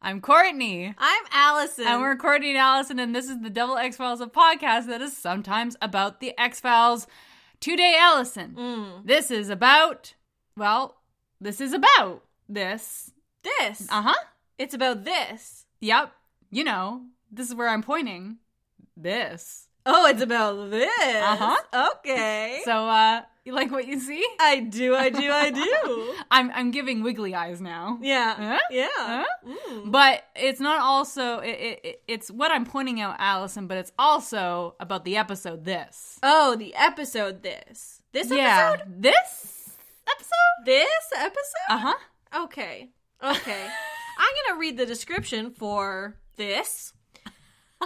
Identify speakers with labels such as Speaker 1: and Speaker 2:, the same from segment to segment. Speaker 1: I'm Courtney.
Speaker 2: I'm Allison.
Speaker 1: And we're Courtney and Allison, and this is the Double X Files, a podcast that is sometimes about the X Files. Today, Allison.
Speaker 2: Mm.
Speaker 1: This is about, well, this is about this.
Speaker 2: this.
Speaker 1: Uh huh.
Speaker 2: It's about this.
Speaker 1: Yep. You know, this is where I'm pointing. This.
Speaker 2: Oh, it's about this.
Speaker 1: Uh-huh.
Speaker 2: Okay.
Speaker 1: So, uh, you like what you see?
Speaker 2: I do, I do, I do.
Speaker 1: I'm I'm giving wiggly eyes now.
Speaker 2: yeah.
Speaker 1: Huh?
Speaker 2: Yeah.
Speaker 1: Huh?
Speaker 2: Mm.
Speaker 1: But it's not also it, it, it- it's what I'm pointing out, Allison. But it's also about the episode. This.
Speaker 2: Oh, the episode this. This episode? Uh-huh.
Speaker 1: This episode?
Speaker 2: This episode?
Speaker 1: Uh huh.
Speaker 2: Okay. Okay. I'm going to read the description for this.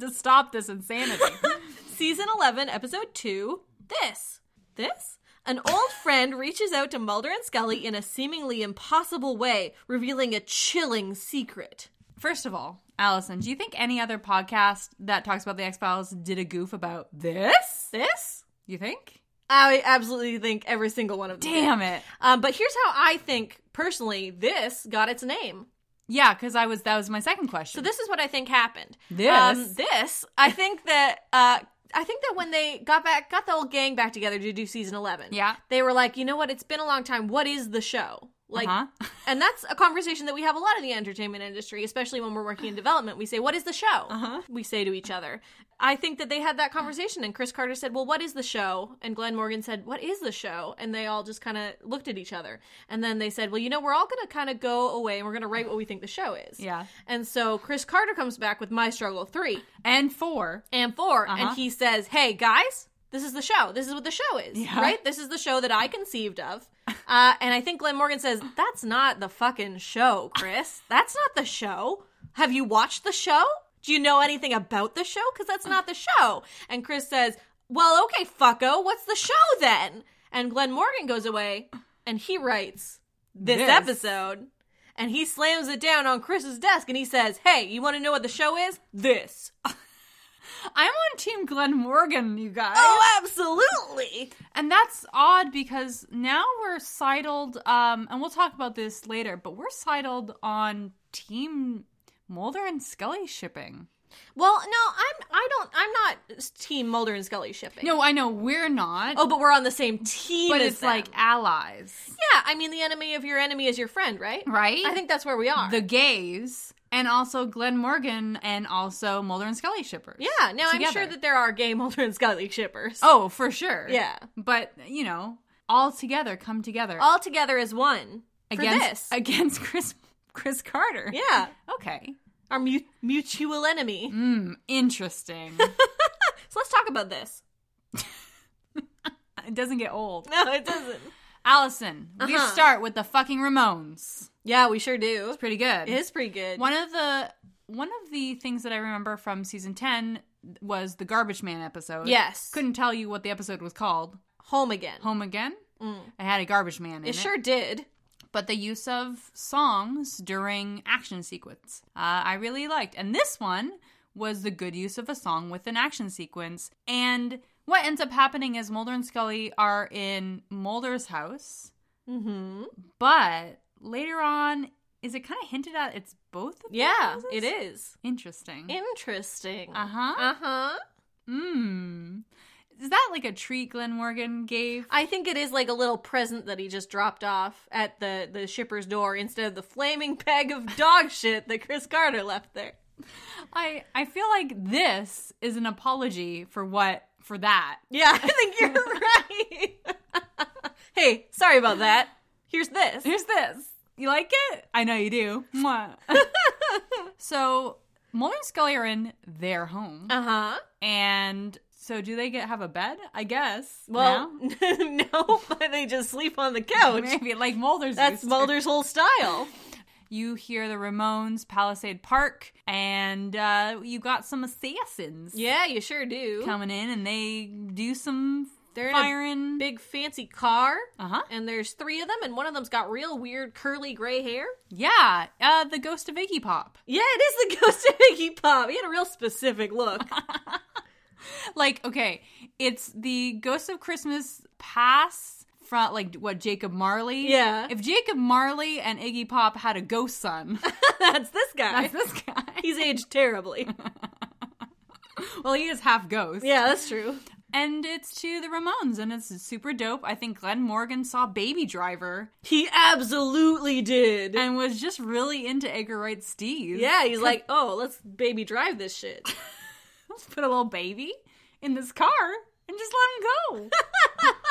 Speaker 1: To stop this insanity.
Speaker 2: Season 11, Episode 2. This. This? An old friend reaches out to Mulder and Scully in a seemingly impossible way, revealing a chilling secret.
Speaker 1: First of all, Allison, do you think any other podcast that talks about the X Files did a goof about this?
Speaker 2: This?
Speaker 1: You think?
Speaker 2: I absolutely think every single one of them.
Speaker 1: Damn it.
Speaker 2: Um, but here's how I think personally this got its name.
Speaker 1: Yeah, because I was that was my second
Speaker 2: So
Speaker 1: question.
Speaker 2: this is what I think happened.
Speaker 1: This?
Speaker 2: um, this, I think that, uh, I think that when they got back, got the whole gang back together to do season eleven,
Speaker 1: Yeah.
Speaker 2: they were like, you know what? It's been a long time. What is the show? Like,
Speaker 1: Uh-huh.
Speaker 2: and that's a conversation that we have a lot in the entertainment industry, especially when we're working in development. We say, "What is the show?" Uh-huh. We say to each other. I think that they had that conversation, and Chris Carter said, "Well, what is the show?" And Glenn Morgan said, "What is the show?" And they all just kind of looked at each other, and then they said, "Well, you know, we're all going to kind of go away, and we're going to write what we think the show is."
Speaker 1: Yeah.
Speaker 2: And so Chris Carter comes back with My Struggle Three
Speaker 1: and four.
Speaker 2: and 4
Speaker 1: Uh-huh.
Speaker 2: and he says, "Hey guys, this is the show. This is what the show is,
Speaker 1: Yeah.
Speaker 2: right? This is the show that I conceived of." Uh, and I think Glenn Morgan says, "That's not the fucking show, Chris. That's not the show. Have you watched the show? Do you know anything about the show? Because that's not the show." And Chris says, "Well, okay, fucko. What's the show then?" And Glenn Morgan goes away, and he writes this,
Speaker 1: This.
Speaker 2: episode. And he slams it down on Chris's desk and he says, Hey, you want to know what the show is? This.
Speaker 1: I'm on Team Glenn Morgan, you guys.
Speaker 2: Oh, absolutely.
Speaker 1: And that's odd because now we're sidled, um, and we'll talk about this later, but we're sidled on Team Mulder and Scully shipping.
Speaker 2: Well, no, I'm I don't I'm not team Mulder and Scully shipping.
Speaker 1: No, I know we're not.
Speaker 2: Oh, but we're on the same team.
Speaker 1: but
Speaker 2: as
Speaker 1: it's
Speaker 2: them.
Speaker 1: like allies,
Speaker 2: yeah. I mean, the enemy of your enemy is your friend, right?
Speaker 1: right?
Speaker 2: I think that's where we are.
Speaker 1: the gays and also Glenn Morgan and also Mulder and Scully shippers.
Speaker 2: yeah. Now I'm sure
Speaker 1: Together.
Speaker 2: that there are gay Mulder and Scully shippers.
Speaker 1: Oh, for sure.
Speaker 2: Yeah.
Speaker 1: But you know, all together come together
Speaker 2: All together as one
Speaker 1: against
Speaker 2: for this.
Speaker 1: against Chris Chris Carter.
Speaker 2: yeah.
Speaker 1: Okay.
Speaker 2: Our mu- mutual enemy.
Speaker 1: Mm, interesting.
Speaker 2: So let's talk about this.
Speaker 1: it doesn't get old.
Speaker 2: No, it doesn't.
Speaker 1: Allison, we
Speaker 2: Uh-huh.
Speaker 1: start with the fucking Ramones.
Speaker 2: Yeah, we sure do.
Speaker 1: Pretty good.
Speaker 2: It is pretty good.
Speaker 1: One of the one of the things that I remember from season ten was the garbage man episode.
Speaker 2: Yes.
Speaker 1: Couldn't tell you what the episode was called.
Speaker 2: Home again.
Speaker 1: Home again? I had a garbage man in
Speaker 2: Mm. It sure did.
Speaker 1: but the use of songs during action sequence uh, i really liked and this one was the good use of a song with an action sequence and what ends up happening is mulder and scully are in mulder's house
Speaker 2: Mm-hmm.
Speaker 1: but later on is it kind of hinted at it's both of their
Speaker 2: Yeah,
Speaker 1: houses?
Speaker 2: it is.
Speaker 1: interesting
Speaker 2: Interesting.
Speaker 1: uh-huh
Speaker 2: Uh-huh.
Speaker 1: mm. is that like a treat glenn morgan gave
Speaker 2: I think it is like a little present that he just dropped off at the the shipper's door instead of the flaming bag of dog shit that Chris Carter left there.
Speaker 1: i i feel like this is an apology for what for that
Speaker 2: Yeah, I think you're right. hey, sorry about that. Here's this.
Speaker 1: Here's this. You like it? I know you do. Mwah. so Mulder and Scully are in their home,
Speaker 2: Uh huh.
Speaker 1: and so do they get have a bed? I guess.
Speaker 2: Well,
Speaker 1: now?
Speaker 2: no, but they just sleep on the couch.
Speaker 1: maybe like Mulder's.
Speaker 2: That's
Speaker 1: used to.
Speaker 2: Mulder's whole style.
Speaker 1: You hear the Ramones, Palisade Park, and uh, you got some assassins
Speaker 2: Yeah, you sure do.
Speaker 1: coming in, and they do some
Speaker 2: They're in a
Speaker 1: firing.
Speaker 2: Big fancy car.
Speaker 1: Uh-huh.
Speaker 2: And there's three of them, and one of them's got real weird curly gray hair.
Speaker 1: yeah, uh, the ghost of Iggy Pop.
Speaker 2: Yeah, it is the ghost of Iggy Pop. He had a real specific look.
Speaker 1: like okay it's the ghost of christmas past from like what jacob marley
Speaker 2: Yeah.
Speaker 1: if jacob marley and iggy pop had a ghost son
Speaker 2: That's this guy.
Speaker 1: that's this guy
Speaker 2: He's aged terribly.
Speaker 1: well he is half ghost
Speaker 2: Yeah, that's true.
Speaker 1: and it's to the ramones and it's super dope i think glenn morgan saw baby driver
Speaker 2: He absolutely did.
Speaker 1: and was just really into edgar wright steve
Speaker 2: yeah, he's like, oh, let's baby drive this shit.
Speaker 1: let's put a little baby in this car and just let him go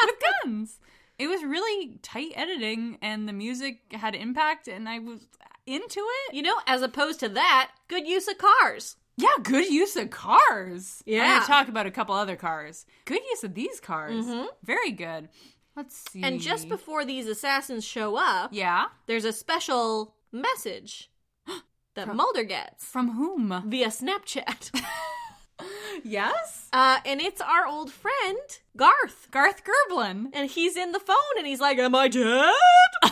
Speaker 1: with guns. It was really tight editing, and the music had impact, and I was into it.
Speaker 2: You know, as opposed to that, good use of cars.
Speaker 1: Yeah, good use of cars. I'm
Speaker 2: Yeah.
Speaker 1: gonna talk about a couple other cars. Good use of these cars. Very good. Let's see.
Speaker 2: Mm-hmm. And just before these assassins show up,
Speaker 1: yeah,
Speaker 2: there's a special message that Mulder gets
Speaker 1: from whom?
Speaker 2: via Snapchat.
Speaker 1: Yes,
Speaker 2: Uh, and it's our old friend, Garth.
Speaker 1: Garth Gerblin.
Speaker 2: And he's in the phone and he's like, Am I dead?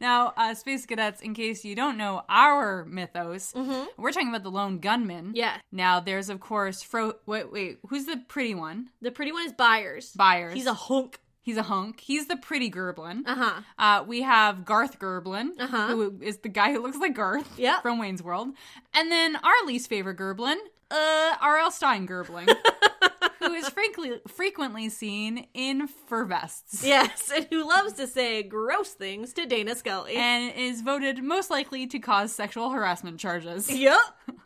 Speaker 1: Now, uh, Space Cadets, in case you don't know our mythos, we're talking about the lone gunman.
Speaker 2: Mm-hmm. Yeah.
Speaker 1: Now, there's of course Fro. Wait, wait, who's the pretty one?
Speaker 2: The pretty one is Byers.
Speaker 1: Byers.
Speaker 2: He's a hunk.
Speaker 1: he's a hunk. He's the pretty Gerblin.
Speaker 2: Uh huh.
Speaker 1: Uh, we have Garth Gerblin,
Speaker 2: Uh-huh.
Speaker 1: who is the guy who looks like Garth
Speaker 2: Yep.
Speaker 1: from Wayne's World, and then our least favorite Gerblin, uh, R.L. Stein Gerblin, who is frankly frequently seen in fur vests.
Speaker 2: Yes, and who loves to say gross things to Dana Scully.
Speaker 1: And is voted most likely to cause sexual harassment charges.
Speaker 2: Yep.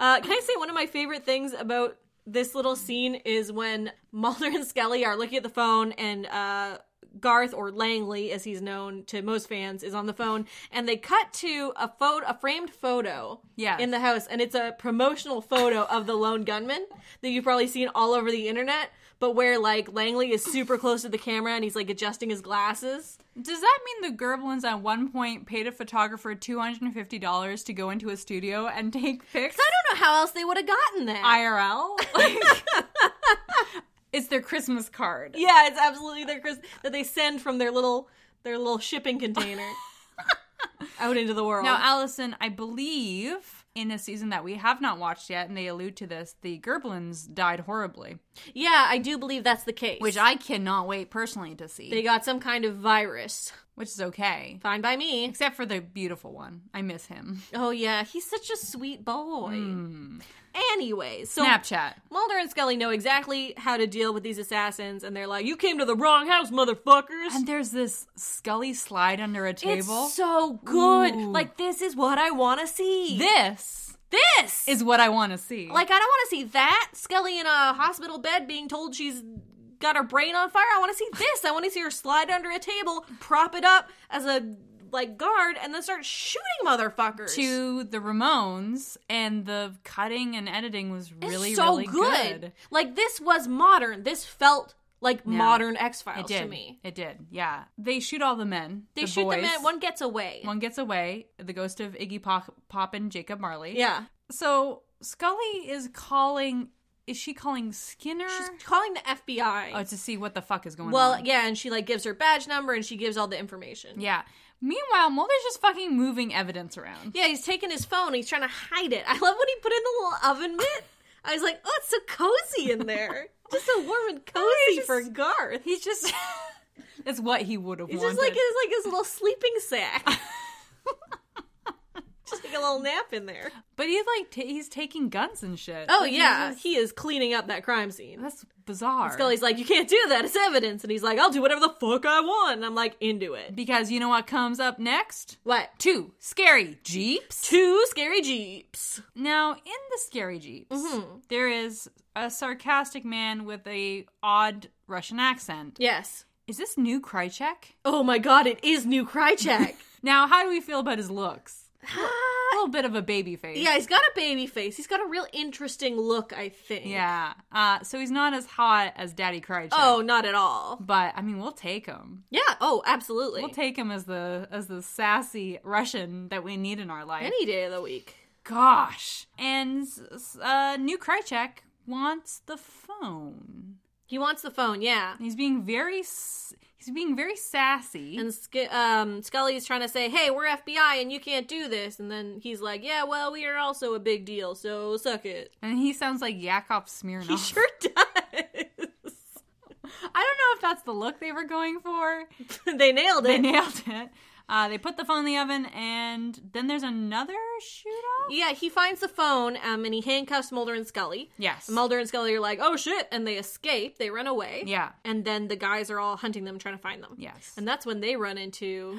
Speaker 2: Uh, can I say one of my favorite things about this little scene is when Mulder and Scully are looking at the phone and uh, Garth or Langley, as he's known to most fans, is on the phone, and they cut to a photo, a framed photo,
Speaker 1: Yes.
Speaker 2: in the house, and it's a promotional photo of the lone gunman that you've probably seen all over the internet. But where like Langley is super close to the camera and he's like adjusting his glasses.
Speaker 1: Does that mean the Gerblins at one point paid a photographer $250 to go into a studio and take pics?
Speaker 2: I don't know how else they would have gotten that.
Speaker 1: IRL? Like, it's their Christmas card.
Speaker 2: Yeah, it's absolutely their Chris that they send from their little their little shipping container out into the world.
Speaker 1: Now, Allison, I believe in a season that we have not watched yet, and they allude to this, the Gerblins died horribly,
Speaker 2: yeah, I do believe that's the case.
Speaker 1: which I cannot wait personally to see,
Speaker 2: they got some kind of virus.
Speaker 1: which is okay.
Speaker 2: Fine by me.
Speaker 1: Except for the beautiful one. I miss him.
Speaker 2: Oh yeah, he's such a sweet boy. Hmm. Anyways, so
Speaker 1: Snapchat.
Speaker 2: Mulder and Scully know exactly how to deal with these assassins, and they're like, "You came to the wrong house, motherfuckers."
Speaker 1: And there's this Scully slide under a table.
Speaker 2: It's so good.
Speaker 1: Ooh.
Speaker 2: Like this is what I want to see.
Speaker 1: this
Speaker 2: this
Speaker 1: is what I want to see.
Speaker 2: Like, I don't want to see that. Skelly in a hospital bed being told she's got her brain on fire. I want to see this. I want to see her slide under a table, prop it up as a, like, guard, and then start shooting motherfuckers.
Speaker 1: to the Ramones, and the cutting and editing was
Speaker 2: It's
Speaker 1: really,
Speaker 2: so
Speaker 1: really
Speaker 2: good.
Speaker 1: good.
Speaker 2: Like, this was modern. This felt like modern
Speaker 1: It
Speaker 2: X-Files
Speaker 1: did.
Speaker 2: to me.
Speaker 1: It did. Yeah. They shoot all the men.
Speaker 2: They
Speaker 1: the
Speaker 2: shoot the
Speaker 1: boys.
Speaker 2: man. One gets away.
Speaker 1: One gets away. The ghost of Iggy Pop, Pop and Jacob Marley.
Speaker 2: yeah.
Speaker 1: So Scully is calling. Is she calling Skinner?
Speaker 2: She's calling the FBI.
Speaker 1: oh, to see what the fuck is going
Speaker 2: well,
Speaker 1: on.
Speaker 2: yeah, and she, like, gives her badge number and she gives all the information.
Speaker 1: Yeah. Meanwhile, Mulder's just fucking moving evidence around.
Speaker 2: Yeah, he's taking his phone. He's trying to hide it. I love when he put in the little oven mitt. I was like, oh, it's so cozy in there. just so warm and cozy
Speaker 1: just-
Speaker 2: for Garth.
Speaker 1: He's just. That's what he would have
Speaker 2: He's
Speaker 1: wanted.
Speaker 2: just like his like his little sleeping sack. just take a little nap in there.
Speaker 1: but he's like ta he's taking guns and shit.
Speaker 2: Oh
Speaker 1: Like, he's
Speaker 2: yeah, Oh,
Speaker 1: just-
Speaker 2: he is cleaning up that crime scene.
Speaker 1: that's bizarre.
Speaker 2: Scully's like, you can't do that. It's evidence. And he's like, I'll do whatever the fuck I want. And I'm like, into it.
Speaker 1: because you know what comes up next?
Speaker 2: What?
Speaker 1: Two scary jeeps.
Speaker 2: Two scary jeeps.
Speaker 1: Now, in the scary jeeps,
Speaker 2: Mm-hmm.
Speaker 1: there is a sarcastic man with a odd Russian accent.
Speaker 2: Yes.
Speaker 1: Is this new Krychek?
Speaker 2: Oh my god, it is new Krychek.
Speaker 1: Now, how do we feel about his looks? A little bit of a baby face.
Speaker 2: Yeah, he's got a baby face. He's got a real interesting look, I think.
Speaker 1: Yeah. Uh, so he's not as hot as Daddy Krychek.
Speaker 2: Oh, not at all.
Speaker 1: But I mean, we'll take him.
Speaker 2: Yeah. Oh, absolutely.
Speaker 1: We'll take him as the as the sassy Russian that we need in our life.
Speaker 2: Any day of the week.
Speaker 1: Gosh. And uh, new Krychek wants the phone.
Speaker 2: He wants the phone, yeah.
Speaker 1: He's being very s- he's being very sassy.
Speaker 2: And Sc- um, Scully's trying to say, "Hey, we're FBI, and you can't do this." And then he's like, "Yeah, well, we are also a big deal, so suck it."
Speaker 1: And he sounds like Yakov Smirnoff.
Speaker 2: He sure does.
Speaker 1: I don't know if that's the look they were going for.
Speaker 2: they nailed it.
Speaker 1: They nailed it. Uh, they put the phone in the oven, and then there's another shoot off.
Speaker 2: yeah, he finds the phone, um, and he handcuffs Mulder and Scully.
Speaker 1: Yes.
Speaker 2: Mulder and Scully are like, "Oh shit!" and they escape. They run away.
Speaker 1: Yeah.
Speaker 2: And then the guys are all hunting them, trying to find them.
Speaker 1: Yes.
Speaker 2: And that's when they run into,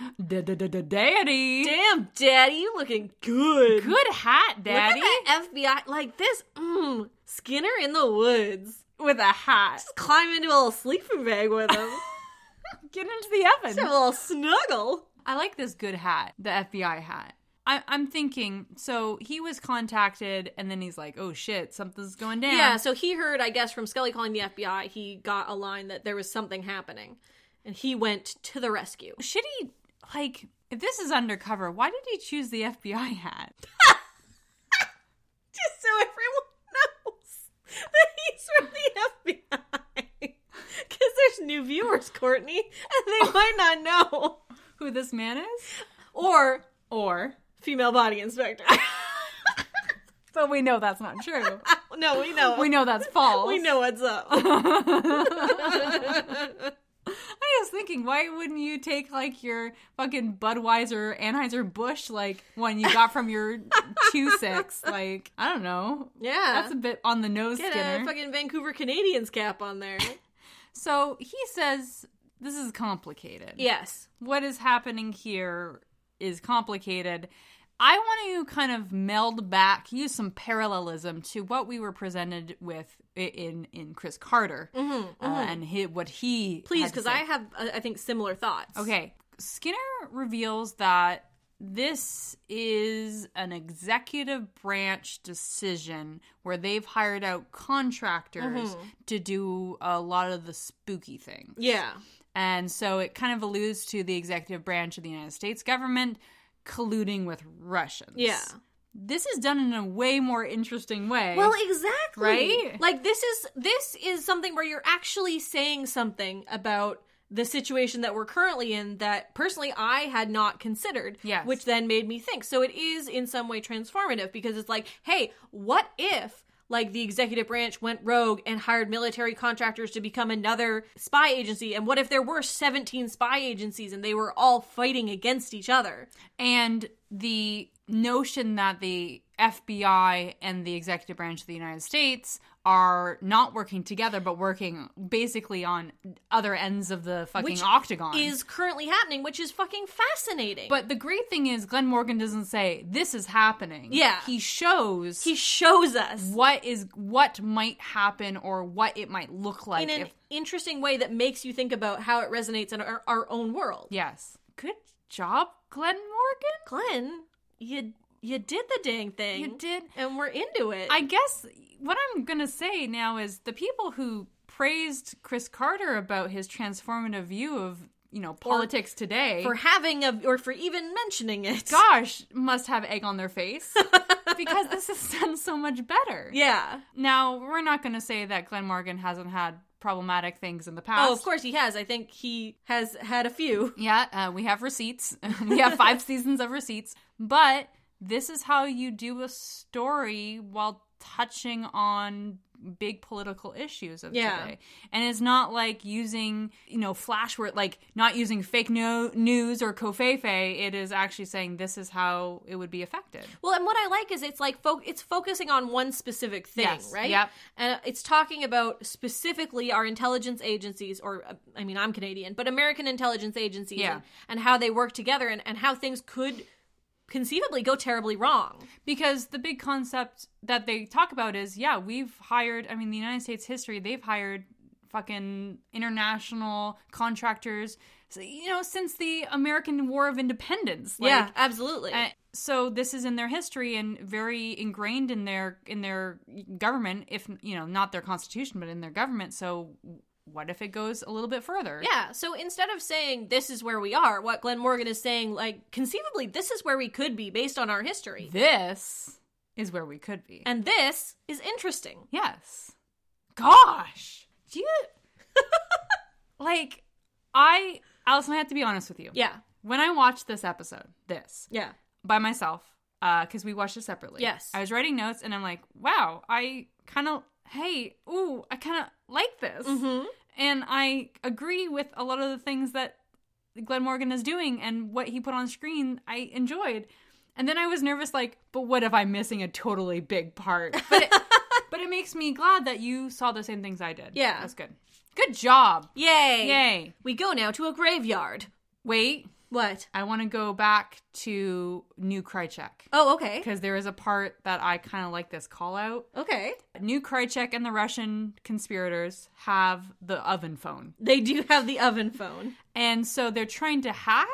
Speaker 1: Daddy.
Speaker 2: "Damn, Daddy, you looking good."
Speaker 1: Good hat, Daddy.
Speaker 2: Look at that FBI like this. Mm, Skinner in the woods.
Speaker 1: With a hat.
Speaker 2: Just climb into a little sleeping bag with him.
Speaker 1: Get into the oven.
Speaker 2: Just have a little snuggle.
Speaker 1: I like this good hat, the FBI hat. I, I'm thinking, so he was contacted, and then he's like, oh shit, something's going down.
Speaker 2: Yeah, so he heard, I guess, from Scully calling the FBI, he got a line that there was something happening. And he went to the rescue.
Speaker 1: Should he, like, if this is undercover, why did he choose the FBI hat?
Speaker 2: Just so everyone knows that he's from the FBI. Because there's new viewers, Courtney, and they might not know.
Speaker 1: Who this man is?
Speaker 2: Or
Speaker 1: Or,
Speaker 2: female body inspector.
Speaker 1: but we know that's not true.
Speaker 2: no, we know.
Speaker 1: we know that's false.
Speaker 2: We know what's up.
Speaker 1: I was thinking, why wouldn't you take like your fucking Budweiser, Anheuser Busch, like one you got from your two six? Like I don't know.
Speaker 2: Yeah.
Speaker 1: that's a bit on the nose,
Speaker 2: Get
Speaker 1: Skinner.
Speaker 2: a fucking Vancouver Canadians cap on there.
Speaker 1: so he says this is complicated.
Speaker 2: yes.
Speaker 1: what is happening here is complicated. I want to kind of meld back, use some parallelism to what we were presented with i- in in Chris Carter uh, and hi what he
Speaker 2: Mm-hmm, Please,
Speaker 1: had to
Speaker 2: because
Speaker 1: say.
Speaker 2: I have, uh, I think, similar thoughts.
Speaker 1: Okay. Skinner reveals that this is an executive branch decision where they've hired out contractors
Speaker 2: Mm-hmm.
Speaker 1: to do a lot of the spooky things.
Speaker 2: Yeah.
Speaker 1: And so it kind of alludes to the executive branch of the United States government colluding with Russians.
Speaker 2: Yeah.
Speaker 1: This is done in a way more interesting way.
Speaker 2: Well, exactly.
Speaker 1: Right?
Speaker 2: Like this is this is something where you're actually saying something about the situation that we're currently in that personally I had not considered.
Speaker 1: Yes.
Speaker 2: Which then made me think. So it is in some way transformative because it's like, hey, what if like the executive branch went rogue and hired military contractors to become another spy agency and what if there were 17 spy agencies and they were all fighting against each other
Speaker 1: and the notion that the FBI and the executive branch of the United States are not working together but working basically on other ends of the fucking
Speaker 2: Which
Speaker 1: octagon.
Speaker 2: is currently happening which is fucking fascinating
Speaker 1: but the great thing is Glenn Morgan doesn't say this is happening.
Speaker 2: Yeah.
Speaker 1: He shows
Speaker 2: he shows us
Speaker 1: what is what might happen or what it might look like
Speaker 2: in an
Speaker 1: if
Speaker 2: interesting way that makes you think about how it resonates in our, our own world.
Speaker 1: Yes. Good job, Glenn Morgan.
Speaker 2: Glenn, you you did the dang thing.
Speaker 1: You did.
Speaker 2: and we're into it.
Speaker 1: I guess what I'm going to say now is the people who praised Chris Carter about his transformative view of, you know, politics today,
Speaker 2: for having a or for even mentioning it.
Speaker 1: gosh, must have egg on their face because this has done so much better.
Speaker 2: Yeah.
Speaker 1: Now, we're not going to say that Glenn Morgan hasn't had problematic things in the past.
Speaker 2: Oh, of course he has. I think he has had a few.
Speaker 1: Yeah, uh, we have receipts. we have five seasons of receipts. But this is how you do a story while touching on big political issues of
Speaker 2: Yeah.
Speaker 1: today. And it's not like using, you know, flash word, like not using fake no- news or kofefe. It is actually saying this is how it would be affected.
Speaker 2: Well, and what I like is it's like fo- it's focusing on one specific thing,
Speaker 1: Yes,
Speaker 2: right?
Speaker 1: yep.
Speaker 2: And it's talking about specifically our intelligence agencies, or uh, I mean, I'm Canadian, but American intelligence agencies,
Speaker 1: Yeah.
Speaker 2: and, and how they work together, and, and how things could conceivably go terribly wrong.
Speaker 1: Because the big concept that they talk about is yeah, we've hired, I mean, the United States history, they've hired fucking international contractors so, you know, since the American War of Independence. Like,
Speaker 2: yeah, absolutely.
Speaker 1: uh, so this is in their history and very ingrained in their in their government, if you know, not their constitution, but in their government. So what if it goes a little bit further?
Speaker 2: yeah, so instead of saying this is where we are, what Glenn Morgan is saying, like, conceivably, this is where we could be based on our history.
Speaker 1: This is where we could be.
Speaker 2: And this is interesting.
Speaker 1: Yes. Gosh. Do you like I Allison, I have to be honest with you.
Speaker 2: Yeah,
Speaker 1: When I watched this episode, this,
Speaker 2: yeah.
Speaker 1: by myself, uh, because we watched it separately.
Speaker 2: Yes.
Speaker 1: I was writing notes and I'm like, wow, I kinda hey, ooh, I kinda like this.
Speaker 2: Mm-hmm.
Speaker 1: And I agree with a lot of the things that Glenn Morgan is doing and what he put on screen, I enjoyed. And then I was nervous, like, but what if I'm missing a totally big part? But it, but it makes me glad that you saw the same things I did.
Speaker 2: Yeah.
Speaker 1: That's good. Good job.
Speaker 2: Yay!
Speaker 1: Yay.
Speaker 2: We go now to a graveyard.
Speaker 1: Wait,
Speaker 2: What?
Speaker 1: I want to go back to New Krychek.
Speaker 2: Oh, okay.
Speaker 1: Because there is a part that I kind of like this call out.
Speaker 2: Okay.
Speaker 1: New Krychek and the Russian conspirators have the oven phone.
Speaker 2: They do have the oven phone.
Speaker 1: And so they're trying to hack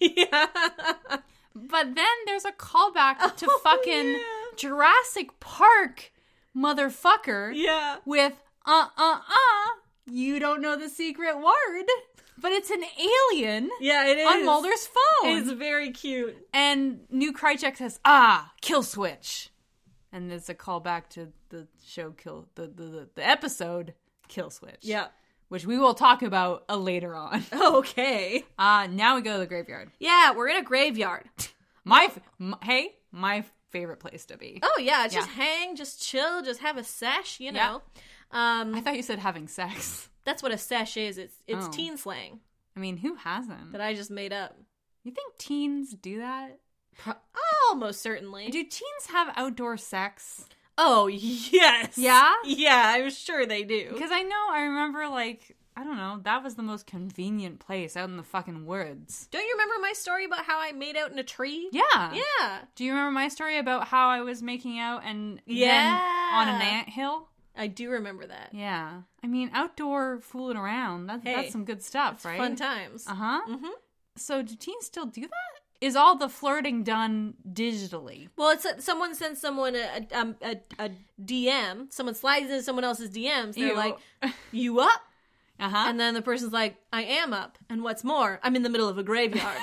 Speaker 1: it.
Speaker 2: yeah.
Speaker 1: But then there's a callback
Speaker 2: Oh,
Speaker 1: to fucking Jurassic Park, motherfucker,
Speaker 2: Yeah.
Speaker 1: with uh uh uh, you don't know the secret word, but it's an alien
Speaker 2: Yeah, it is.
Speaker 1: on Mulder's phone.
Speaker 2: It's very cute.
Speaker 1: and New Krychek says, ah, kill switch. And it's a callback to the show Kill, the, the, the, the episode Kill Switch.
Speaker 2: Yeah.
Speaker 1: Which we will talk about uh, later on.
Speaker 2: Okay.
Speaker 1: Uh, now we go to the graveyard.
Speaker 2: Yeah, we're in a graveyard.
Speaker 1: My, f- m- hey, my favorite place to be.
Speaker 2: Oh yeah, just hang, just chill, just have a sesh, you
Speaker 1: Yeah.
Speaker 2: know.
Speaker 1: I
Speaker 2: Um
Speaker 1: thought you said having sex.
Speaker 2: that's what a sesh is. It's it's
Speaker 1: Oh.
Speaker 2: teen slang
Speaker 1: I mean, who hasn't?
Speaker 2: that I just made up.
Speaker 1: You think teens do that?
Speaker 2: Almost certainly.
Speaker 1: Do teens have outdoor sex?
Speaker 2: oh yes.
Speaker 1: Yeah?
Speaker 2: Yeah, I'm sure they do.
Speaker 1: Because I know I remember like I don't know that was the most convenient place out in the fucking woods.
Speaker 2: Don't you remember my story about how I made out in a tree?
Speaker 1: Yeah.
Speaker 2: Yeah.
Speaker 1: Do you remember my story about how I was making out and
Speaker 2: Yeah.
Speaker 1: then on an ant hill?
Speaker 2: I do remember that.
Speaker 1: Yeah. I mean, outdoor fooling around. That,
Speaker 2: Hey,
Speaker 1: that's some good stuff, right?
Speaker 2: Fun times.
Speaker 1: Uh huh.
Speaker 2: Mhm.
Speaker 1: So do teens still do that? Is all the flirting done digitally?
Speaker 2: Well, it's uh, someone sends someone a, a, um, a, a DM. Someone slides into someone else's DMs. They're
Speaker 1: Ew.
Speaker 2: like, "You up?"
Speaker 1: Uh huh.
Speaker 2: And then the person's like, "I am up." And what's more, I'm in the middle of a graveyard.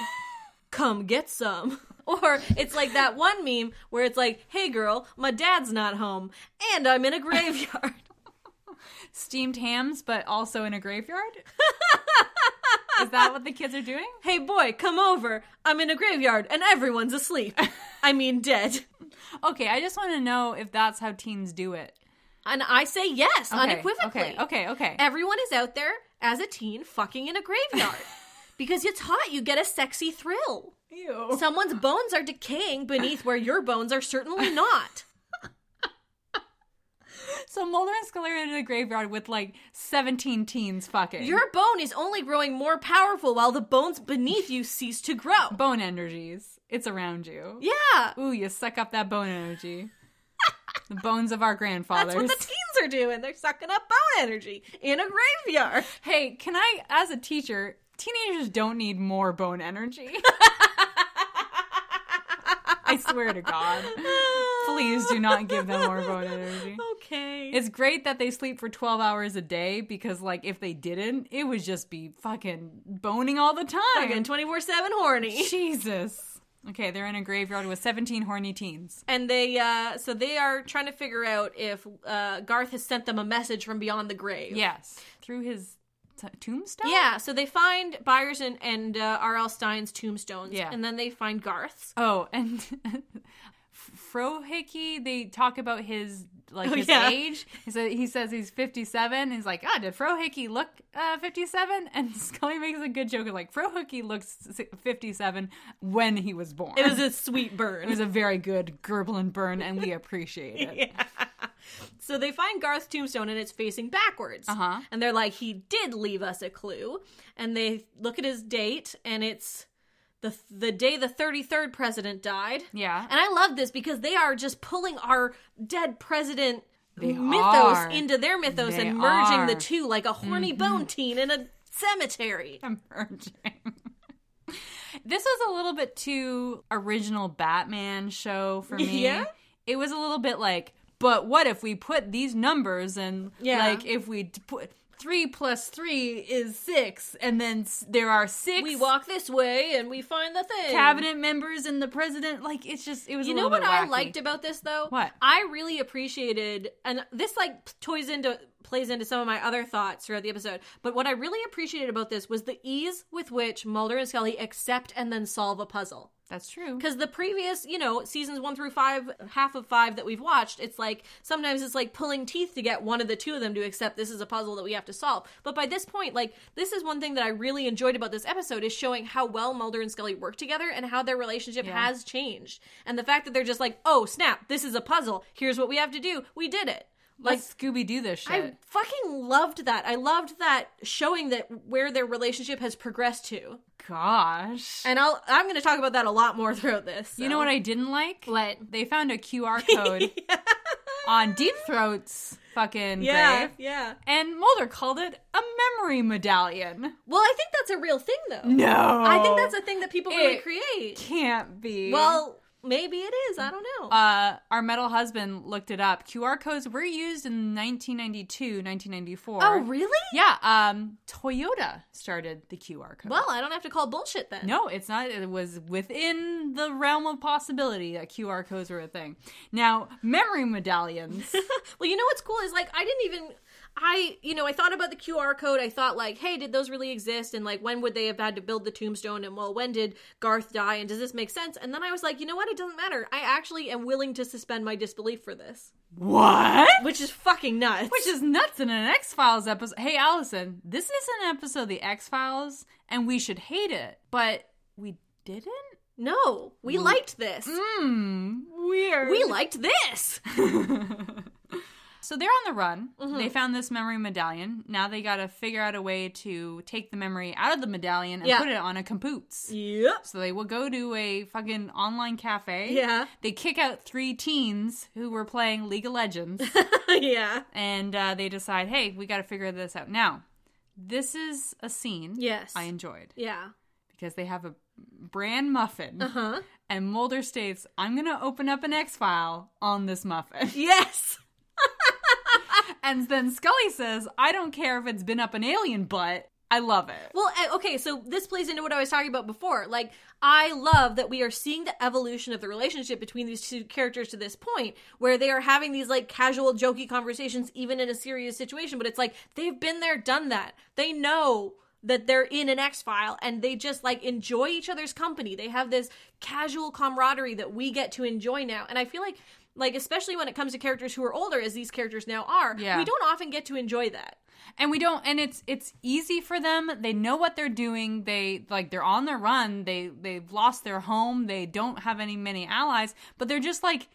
Speaker 2: Come get some. Or it's like that one meme where it's like, "Hey girl, my dad's not home, and I'm in a graveyard."
Speaker 1: steamed hams, but also in a graveyard? Is that what the kids are doing?
Speaker 2: hey boy, come over. I'm in a graveyard, and everyone's asleep. I mean, dead.
Speaker 1: Okay, I just want to know if that's how teens do it.
Speaker 2: And I say yes
Speaker 1: Okay,
Speaker 2: unequivocally.
Speaker 1: Okay, okay, okay.
Speaker 2: everyone is out there as a teen fucking in a graveyard because it's hot you get a sexy thrill
Speaker 1: Ew.
Speaker 2: someone's bones are decaying beneath where your bones are certainly not
Speaker 1: So Mulder and Scully are in a graveyard with like 17 teens fucking.
Speaker 2: your bone is only growing more powerful while the bones beneath you cease to grow
Speaker 1: bone energies. It's around you.
Speaker 2: yeah
Speaker 1: Ooh, you suck up that bone energy. the bones of our grandfathers.
Speaker 2: that's what the teens are doing they're sucking up bone energy in a graveyard
Speaker 1: hey, can I, as a teacher, teenagers don't need more bone energy. I swear to God. Please do not give them more bone energy.
Speaker 2: okay
Speaker 1: It's great that they sleep for 12 hours a day because, like, if they didn't, it would just be fucking boning all the time.
Speaker 2: fucking 24-7 horny
Speaker 1: Jesus. Okay, they're in a graveyard with 17 horny teens.
Speaker 2: and they uh so they are trying to figure out if uh garth has sent them a message from beyond the grave
Speaker 1: Yes. Through his t- tombstone?
Speaker 2: Yeah, so they find Byers and, and uh, R.L. Stein's tombstones.
Speaker 1: Yeah.
Speaker 2: And then they find Garth's.
Speaker 1: Oh, and Frohickey, they talk about his like
Speaker 2: Oh,
Speaker 1: his
Speaker 2: yeah.
Speaker 1: age. He said he says he's fifty seven. He's like, ah, did Frohickey look fifty seven? And Scully makes a good joke of like Frohickey looks fifty seven when he was born.
Speaker 2: It was a sweet burn.
Speaker 1: It was a very good gurgle and burn, and we appreciate it.
Speaker 2: so they find Garth's tombstone and it's facing backwards.
Speaker 1: Uh-huh.
Speaker 2: And they're like, he did leave us a clue. And they look at his date and it's the the day the 33rd president died.
Speaker 1: Yeah.
Speaker 2: And I love this because they are just pulling our dead president
Speaker 1: They
Speaker 2: mythos
Speaker 1: are.
Speaker 2: into their mythos
Speaker 1: They
Speaker 2: and merging the
Speaker 1: are. Mm-hmm.
Speaker 2: two like a horny bone teen and a cemetery.
Speaker 1: I'm purging. this was a little bit too original Batman show for me.
Speaker 2: Yeah?
Speaker 1: It was a little bit like, but what if we put these numbers and
Speaker 2: Yeah.
Speaker 1: like if we d- put three plus three is six, and then s- there are six
Speaker 2: We walk this way and we find the thing.
Speaker 1: cabinet members and the president. Like it's just it was.
Speaker 2: You
Speaker 1: a
Speaker 2: know
Speaker 1: little
Speaker 2: what
Speaker 1: bit
Speaker 2: I
Speaker 1: wacky.
Speaker 2: liked about this though?
Speaker 1: What?
Speaker 2: I really appreciated and this like p- toys into plays into some of my other thoughts throughout the episode. But what I really appreciated about this was the ease with which Mulder and Scully accept and then solve a puzzle.
Speaker 1: That's true.
Speaker 2: Because the previous, you know, seasons one through five, half of five that we've watched, it's like sometimes it's like pulling teeth to get one of the two of them to accept this is a puzzle that we have to solve. But by this point, like this is one thing that I really enjoyed about this episode is showing how well Mulder and Scully work together and how their relationship
Speaker 1: Yeah.
Speaker 2: has changed, and the fact that they're just like, oh snap, this is a puzzle. Here's what we have to do. We did it.
Speaker 1: Like
Speaker 2: Like
Speaker 1: Scooby Doo this shit.
Speaker 2: I fucking loved that. I loved that showing that where their relationship has progressed to.
Speaker 1: Gosh.
Speaker 2: And I'll I'm going to talk about that a lot more throughout this.
Speaker 1: You know what I didn't like? What? They found a QR code on Deep Throat's fucking
Speaker 2: Yeah,
Speaker 1: grave.
Speaker 2: yeah.
Speaker 1: And Mulder called it a memory medallion.
Speaker 2: Well, I think that's a real thing, though.
Speaker 1: No.
Speaker 2: I think that's a thing that people really
Speaker 1: It-
Speaker 2: create.
Speaker 1: can't be.
Speaker 2: Well, maybe it is. I don't know.
Speaker 1: uh, our metal husband looked it up. QR codes were used in 1992, 1994.
Speaker 2: oh, really?
Speaker 1: Yeah, um Toyota started the QR code.
Speaker 2: Well, I don't have to call bullshit then.
Speaker 1: No, it's not. It was within the realm of possibility that QR codes were a thing. Now, memory medallions.
Speaker 2: Well, you know what's cool is like I didn't even. I, you know, I thought about the QR code. I thought, like, hey, did those really exist? And, like, when would they have had to build the tombstone? And, well, when did Garth die? And does this make sense? And then I was like, you know what? It doesn't matter. I actually am willing to suspend my disbelief for this,
Speaker 1: what?
Speaker 2: which is fucking nuts.
Speaker 1: Which is nuts in an X Files episode. Hey, Allison, this is an episode of the X Files, and we should hate it, but we didn't?
Speaker 2: no, we
Speaker 1: Mm.
Speaker 2: liked this.
Speaker 1: Hmm, weird.
Speaker 2: We liked this.
Speaker 1: so they're on the run.
Speaker 2: Mm-hmm.
Speaker 1: They found this memory medallion. Now they gotta figure out a way to take the memory out of the medallion and
Speaker 2: Yeah.
Speaker 1: put it on a compoots.
Speaker 2: Yep.
Speaker 1: So they will go to a fucking online cafe.
Speaker 2: Yeah.
Speaker 1: They kick out three teens who were playing League of Legends.
Speaker 2: yeah.
Speaker 1: and uh, they decide, hey, we got to figure this out. Now, this is a scene
Speaker 2: Yes.
Speaker 1: I enjoyed
Speaker 2: Yeah.
Speaker 1: because they have a bran muffin,
Speaker 2: Huh?
Speaker 1: and Mulder states, I'm going to open up an X file on this muffin.
Speaker 2: Yes.
Speaker 1: and then Scully says, I don't care if it's been up an alien butt. I love it.
Speaker 2: Well, uh, okay, so this plays into what I was talking about before. Like, I love that we are seeing the evolution of the relationship between these two characters to this point, where they are having these, like, casual, jokey conversations, even in a serious situation. But it's like, they've been there, done that. They know that they're in an X file and they just, like, enjoy each other's company. They have this casual camaraderie that we get to enjoy now. And I feel like, like, especially when it comes to characters who are older, as these characters now are,
Speaker 1: Yeah.
Speaker 2: we don't often get to enjoy that.
Speaker 1: and we don't and it's it's easy for them they know what they're doing they like they're on their run they they've lost their home they don't have any many allies but they're just like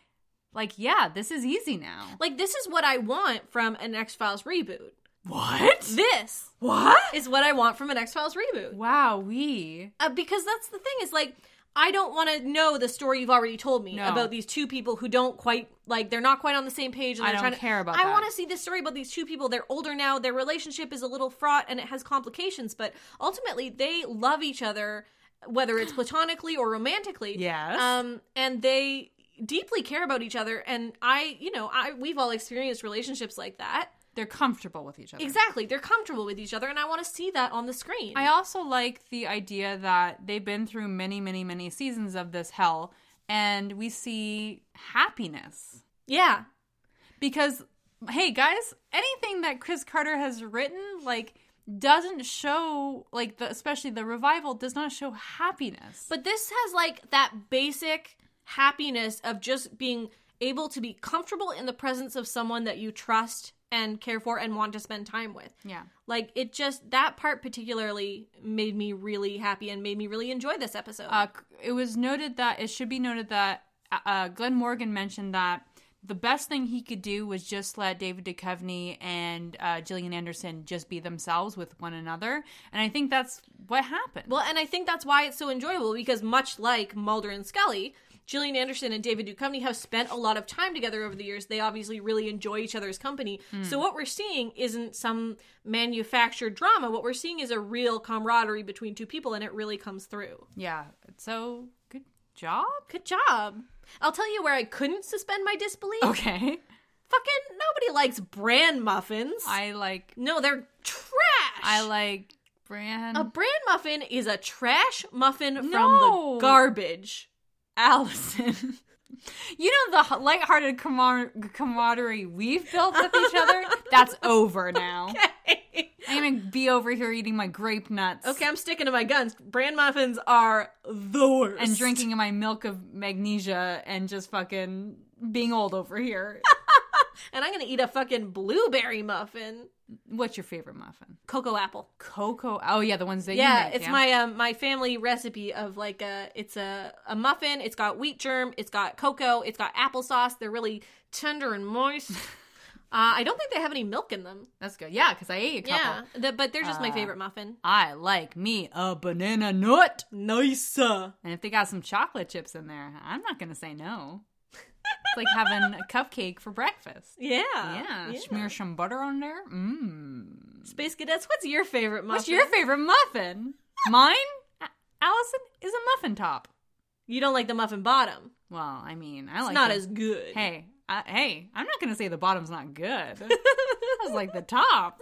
Speaker 1: like yeah this is easy now
Speaker 2: Like, this is what I want from an X Files reboot.
Speaker 1: what
Speaker 2: This
Speaker 1: what
Speaker 2: is what I want from an X Files reboot.
Speaker 1: wow we
Speaker 2: Uh, because that's the thing is like, I don't want to know the story you've already told me
Speaker 1: No.
Speaker 2: about these two people who don't quite like they're not quite on the same page. And
Speaker 1: I
Speaker 2: they're
Speaker 1: don't
Speaker 2: trying to,
Speaker 1: care about
Speaker 2: I
Speaker 1: that.
Speaker 2: want to see this story about these two people. They're older now. Their relationship is a little fraught and it has complications, but ultimately they love each other, whether it's platonically or romantically.
Speaker 1: Yes.
Speaker 2: Um, and they deeply care about each other. And I, you know, I we've all experienced relationships like that.
Speaker 1: they're comfortable with each other
Speaker 2: Exactly. They're comfortable with each other, and I want to see that on the screen.
Speaker 1: I also like the idea that they've been through many, many, many seasons of this hell, and we see happiness.
Speaker 2: yeah.
Speaker 1: because hey guys anything that chris carter has written like doesn't show like the, especially the revival does not show happiness
Speaker 2: But this has like that basic happiness of just being able to be comfortable in the presence of someone that you trust and care for and want to spend time with.
Speaker 1: yeah
Speaker 2: Like it just that part particularly made me really happy and made me really enjoy this episode.
Speaker 1: uh, it was noted that it should be noted that uh, glenn morgan mentioned that the best thing he could do was just let David Duchovny and uh, Gillian Anderson just be themselves with one another, and I think that's what happened.
Speaker 2: Well, and I think that's why it's so enjoyable because much like Mulder and Scully, Gillian Anderson and David Duchovny have spent a lot of time together over the years. They obviously really enjoy each other's company.
Speaker 1: Hmm.
Speaker 2: So what we're seeing isn't some manufactured drama. What we're seeing is a real camaraderie between two people, and it really comes through.
Speaker 1: Yeah. So good job.
Speaker 2: Good job. I'll tell you where I couldn't suspend my disbelief.
Speaker 1: Okay.
Speaker 2: Fucking nobody likes bran muffins.
Speaker 1: I like.
Speaker 2: no, they're trash.
Speaker 1: I like brand.
Speaker 2: A bran muffin is a trash muffin from
Speaker 1: No.
Speaker 2: the garbage.
Speaker 1: Allison. You know the h- lighthearted camar- camaraderie we've built with each other? That's over now. I'm going to be over here eating my grape nuts.
Speaker 2: okay, I'm sticking to my guns. Bran muffins are the worst.
Speaker 1: And drinking my milk of magnesia and just fucking being old over here.
Speaker 2: And I'm gonna eat a fucking blueberry muffin.
Speaker 1: What's your favorite muffin?
Speaker 2: Cocoa apple.
Speaker 1: Cocoa. Oh, yeah, the ones that you
Speaker 2: Yeah,
Speaker 1: make,
Speaker 2: it's my um, my family recipe of like a it's a, a muffin. It's got wheat germ. It's got cocoa. It's got applesauce. They're really tender and moist. uh, I don't think they have any milk in them.
Speaker 1: That's good. Yeah, because I ate a couple. Uh,
Speaker 2: Yeah, the, but they're just my favorite muffin.
Speaker 1: I like me a banana nut.
Speaker 2: Nice.
Speaker 1: And if they got some chocolate chips in there, I'm not going to say no. It's like having a cupcake for breakfast.
Speaker 2: Yeah.
Speaker 1: Yeah, smear some butter on there. Mmm.
Speaker 2: Space cadets. What's your favorite muffin?
Speaker 1: What's your favorite muffin? Mine, A- Allison, is a muffin top.
Speaker 2: You don't like the muffin bottom.
Speaker 1: Well, I mean, I
Speaker 2: It's
Speaker 1: like
Speaker 2: not
Speaker 1: the-
Speaker 2: as good.
Speaker 1: Hey, I, hey, I'm not gonna say the bottom's not good. I was like the top.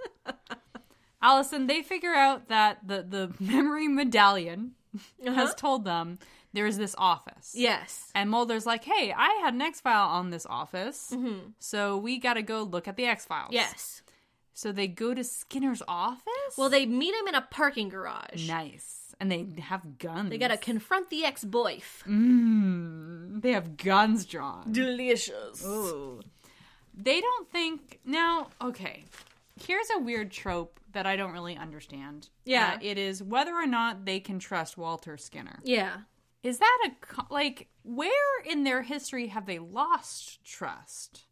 Speaker 1: Allison, they figure out that the the memory medallion
Speaker 2: Uh-huh.
Speaker 1: has told them there's this office.
Speaker 2: Yes.
Speaker 1: And Mulder's like, hey, I had an X file on this office, so we gotta go look at the X files.
Speaker 2: Mm-hmm. Yes.
Speaker 1: So they go to Skinner's office.
Speaker 2: Well, they meet him in a parking garage.
Speaker 1: nice, and they have guns.
Speaker 2: They gotta confront the ex boyf.
Speaker 1: Mm-hmm. Mm, they have guns drawn.
Speaker 2: Delicious.
Speaker 1: They don't think now. Okay, here's a weird trope that I don't really understand.
Speaker 2: Yeah.
Speaker 1: Uh, it is whether or not they can trust Walter Skinner.
Speaker 2: Yeah.
Speaker 1: Is that a co- like? Where in their history have they lost trust?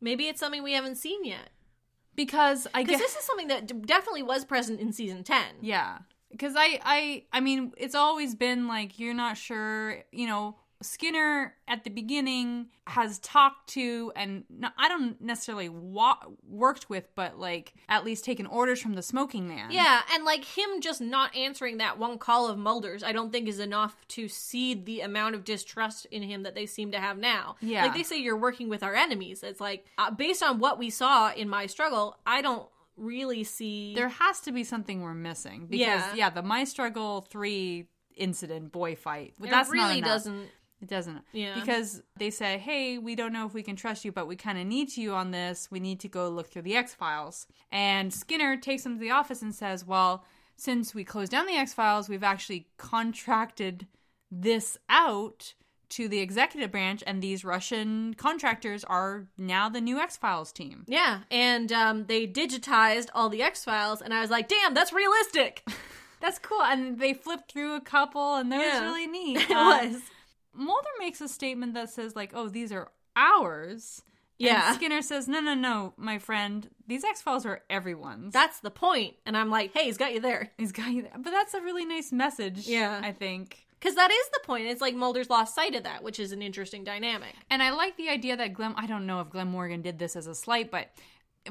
Speaker 2: Maybe it's something we haven't seen yet.
Speaker 1: Because I
Speaker 2: Because
Speaker 1: guess
Speaker 2: this is something that d- definitely was present in season 10.
Speaker 1: Yeah. Cuz I I I mean, it's always been like you're not sure, you know, Skinner at the beginning has talked to and no- I don't necessarily wa- worked with, but like at least taken orders from the smoking man.
Speaker 2: Yeah, and like him just not answering that one call of Mulder's, I don't think is enough to seed the amount of distrust in him that they seem to have now.
Speaker 1: Yeah.
Speaker 2: Like they say you're working with our enemies. It's like, uh, based on what we saw in My Struggle, I don't really see.
Speaker 1: There has to be something we're missing because
Speaker 2: Yeah.
Speaker 1: yeah, the My Struggle 3 incident boy fight.
Speaker 2: it
Speaker 1: that's not
Speaker 2: really
Speaker 1: enough.
Speaker 2: doesn't.
Speaker 1: It doesn't.
Speaker 2: Yeah.
Speaker 1: Because they say, hey, we don't know if we can trust you, but we kind of need you on this. We need to go look through the X Files. And Skinner takes them to the office and says, well, since we closed down the X Files, we've actually contracted this out to the executive branch, and these Russian contractors are now the new X Files team.
Speaker 2: Yeah, and um, they digitized all the X Files, and I was like, damn, that's realistic.
Speaker 1: That's cool. And they flipped through a couple, and that
Speaker 2: Yeah.
Speaker 1: was really neat. Um,
Speaker 2: it was.
Speaker 1: Mulder makes a statement that says, like, oh, these are ours.
Speaker 2: Yeah.
Speaker 1: And Skinner says, no, no, no, my friend. These X Files are everyone's.
Speaker 2: That's the point. And I'm like, hey, he's got you there.
Speaker 1: He's got you there. But that's a really nice message.
Speaker 2: Yeah.
Speaker 1: I think.
Speaker 2: Because that is the point. It's like Mulder's lost sight of that, which is an interesting dynamic.
Speaker 1: And I like the idea that Glenn, I don't know if Glenn Morgan did this as a slight, but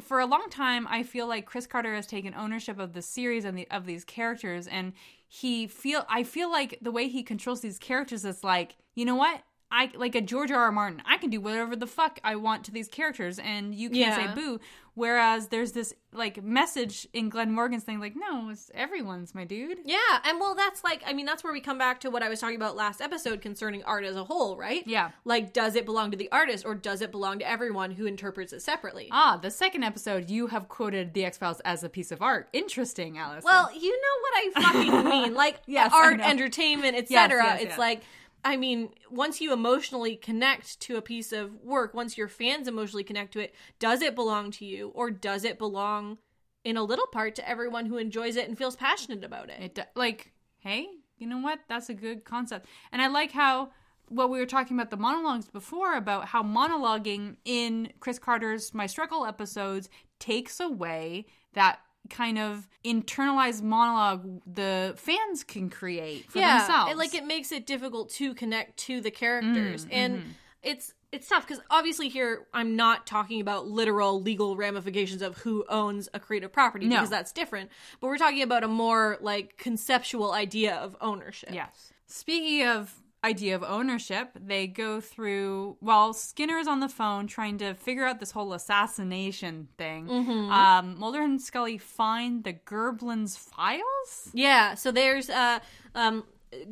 Speaker 1: for a long time, I feel like Chris Carter has taken ownership of the series and the, of these characters. And he feel, I feel like the way he controls these characters is like, you know what? I like a George R. R. Martin. I can do whatever the fuck I want to these characters, and you can't
Speaker 2: Yeah.
Speaker 1: say boo. Whereas there's this like message in Glenn Morgan's thing, like, no, it's everyone's, my dude.
Speaker 2: Yeah, and well, that's like, I mean, that's where we come back to what I was talking about last episode concerning art as a whole, right?
Speaker 1: Yeah.
Speaker 2: Like, does it belong to the artist or does it belong to everyone who interprets it separately?
Speaker 1: Ah, the second episode, you have quoted the X Files as a piece of art. Interesting, Alice.
Speaker 2: Well, you know what I fucking mean. Like
Speaker 1: Yes, I
Speaker 2: art,
Speaker 1: know.
Speaker 2: entertainment,
Speaker 1: Yes,
Speaker 2: etc.
Speaker 1: yes,
Speaker 2: it's
Speaker 1: yes.
Speaker 2: like I mean, once you emotionally connect to a piece of work, once your fans emotionally connect to it, does it belong to you or does it belong in a little part to everyone who enjoys it and feels passionate about it?
Speaker 1: It do- like, hey, you know what? That's a good concept. And I like how what we were talking about the monologues before about how monologuing in Chris Carter's My Struggle episodes takes away that kind of internalized monologue the fans can create for themselves. Mm,
Speaker 2: it- like it makes it difficult to connect to the characters, and
Speaker 1: mm-hmm.
Speaker 2: it's it's tough because obviously here I'm not talking about literal legal ramifications of who owns a creative property
Speaker 1: No.
Speaker 2: because that's different, but we're talking about a more like conceptual idea of ownership.
Speaker 1: Yes. Speaking of idea of ownership, they go through while Skinner is on the phone trying to figure out this whole assassination thing.
Speaker 2: Mm-hmm.
Speaker 1: Um, Mulder and Scully find the Gerblins files.
Speaker 2: Yeah, so there's uh um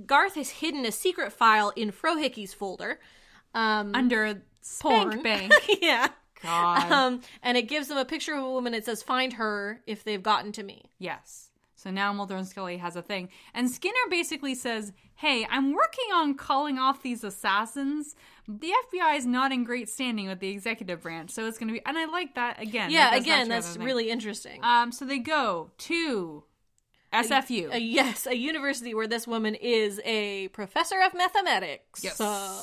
Speaker 2: Garth has hidden a secret file in Frohicke's folder. Um
Speaker 1: Under Spank
Speaker 2: Porn.
Speaker 1: Bank.
Speaker 2: yeah.
Speaker 1: God.
Speaker 2: Um and it gives them a picture of a woman it says find her if they've gotten to me.
Speaker 1: Yes. So now Mulder and Scully has a thing. And Skinner basically says, Hey, I'm working on calling off these assassins. The FBI is not in great standing with the executive branch, so it's going to be. And I like that again.
Speaker 2: Yeah,
Speaker 1: That goes back
Speaker 2: again,
Speaker 1: to the
Speaker 2: that's
Speaker 1: other thing.
Speaker 2: really interesting.
Speaker 1: Um, so they go to SFU.
Speaker 2: A- yes, a university where this woman is a professor of mathematics.
Speaker 1: yes.
Speaker 2: Uh,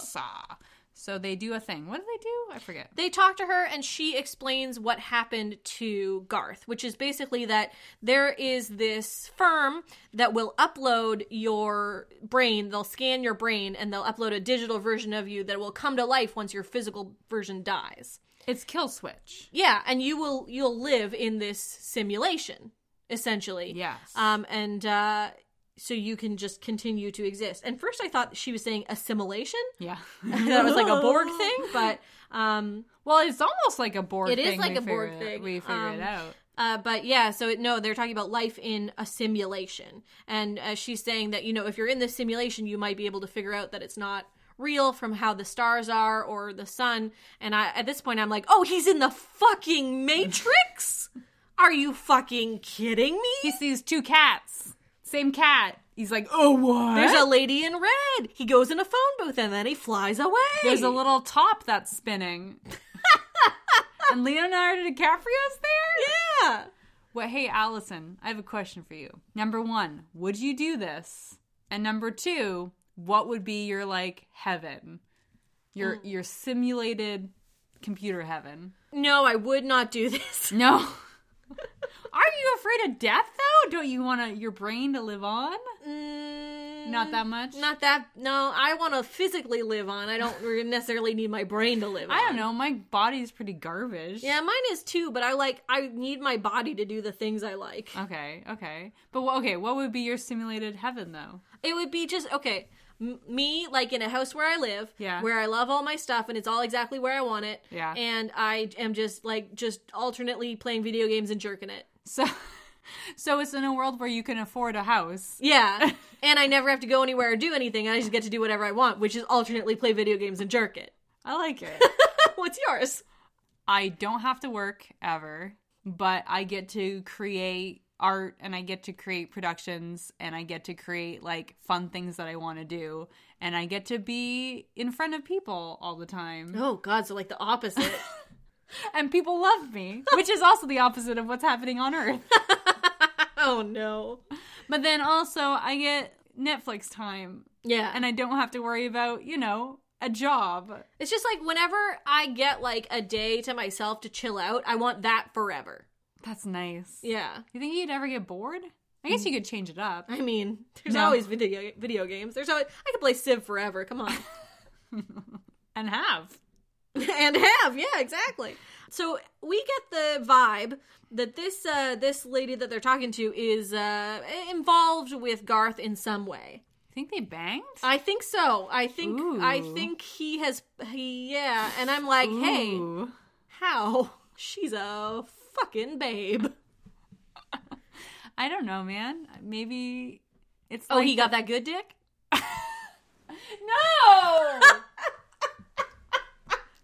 Speaker 1: so they do a thing. What do they do? I forget.
Speaker 2: they talk to her and she explains what happened to Garth, which is basically that there is this firm that will upload your brain. They'll scan your brain and they'll upload a digital version of you that will come to life once your physical version dies.
Speaker 1: It's kill switch.
Speaker 2: Yeah, and you will you'll live in this simulation essentially.
Speaker 1: Yes.
Speaker 2: Um and uh so you can just continue to exist. And first I thought she was saying assimilation.
Speaker 1: Yeah.
Speaker 2: that was like a Borg thing, but um
Speaker 1: well, it's almost like a board.
Speaker 2: It is
Speaker 1: thing.
Speaker 2: like
Speaker 1: we
Speaker 2: a Borg
Speaker 1: figure it-
Speaker 2: thing.
Speaker 1: We figure
Speaker 2: Um,
Speaker 1: it out.
Speaker 2: Uh, but yeah, so it, no, they're talking about life in a simulation, and uh, she's saying that you know if you're in this simulation, you might be able to figure out that it's not real from how the stars are or the sun. And I, at this point, I'm like, oh, he's in the fucking Matrix. Are you fucking kidding me?
Speaker 1: He sees two cats. Same cat. He's like, oh what?
Speaker 2: There's a lady in red. He goes in a phone booth and then he flies away.
Speaker 1: There's a little top that's spinning. and Leonardo DiCaprio's there?
Speaker 2: yeah.
Speaker 1: Well, hey, Allison, I have a question for you. Number one, would you do this? And number two, what would be your like heaven? Your
Speaker 2: Mm.
Speaker 1: your simulated computer heaven.
Speaker 2: No, I would not do this.
Speaker 1: No. Are you afraid of death though? Don't you want to your brain to live on?
Speaker 2: Mm,
Speaker 1: Not that much.
Speaker 2: Not that. No, I want to physically live on. I don't necessarily need my brain to live. on.
Speaker 1: I don't know. My body's pretty garbage.
Speaker 2: Yeah, mine is too, but I like I need my body to do the things I like.
Speaker 1: Okay. Okay. But wh- okay, what would be your simulated heaven though?
Speaker 2: It would be just okay, m- me like in a house where I live,
Speaker 1: Yeah.
Speaker 2: where I love all my stuff and it's all exactly where I want it.
Speaker 1: Yeah.
Speaker 2: And I am just like just alternately playing video games and jerking it.
Speaker 1: So, so it's in a world where you can afford a house.
Speaker 2: Yeah. and I never have to go anywhere or do anything. I just get to do whatever I want, which is alternately play video games and jerk it.
Speaker 1: I like it.
Speaker 2: What's yours?
Speaker 1: I don't have to work ever, but I get to create art and I get to create productions and I get to create like fun things that I want to do and I get to be in front of people all the time.
Speaker 2: Oh god, so like the opposite.
Speaker 1: And people love me, which is also the opposite of what's happening on earth.
Speaker 2: oh no.
Speaker 1: But then also I get Netflix time
Speaker 2: Yeah.
Speaker 1: and I don't have to worry about, you know, a job.
Speaker 2: It's just like whenever I get like a day to myself to chill out, I want that forever.
Speaker 1: That's nice.
Speaker 2: Yeah.
Speaker 1: You think you'd ever get bored? I guess you could change it up.
Speaker 2: I mean, there's
Speaker 1: No.
Speaker 2: always video video games. There's always I could play Civ forever. Come on,
Speaker 1: And have.
Speaker 2: and have yeah, exactly. So we get the vibe that this uh, this lady that they're talking to is uh, involved with Garth in some way.
Speaker 1: Think they banged?
Speaker 2: I think so. I think I
Speaker 1: Ooh.
Speaker 2: think he has he, yeah. And I'm like, hey,
Speaker 1: Ooh.
Speaker 2: how? She's a fucking babe.
Speaker 1: I don't know, man. Maybe it's
Speaker 2: Oh,
Speaker 1: like
Speaker 2: he got that good dick.
Speaker 1: No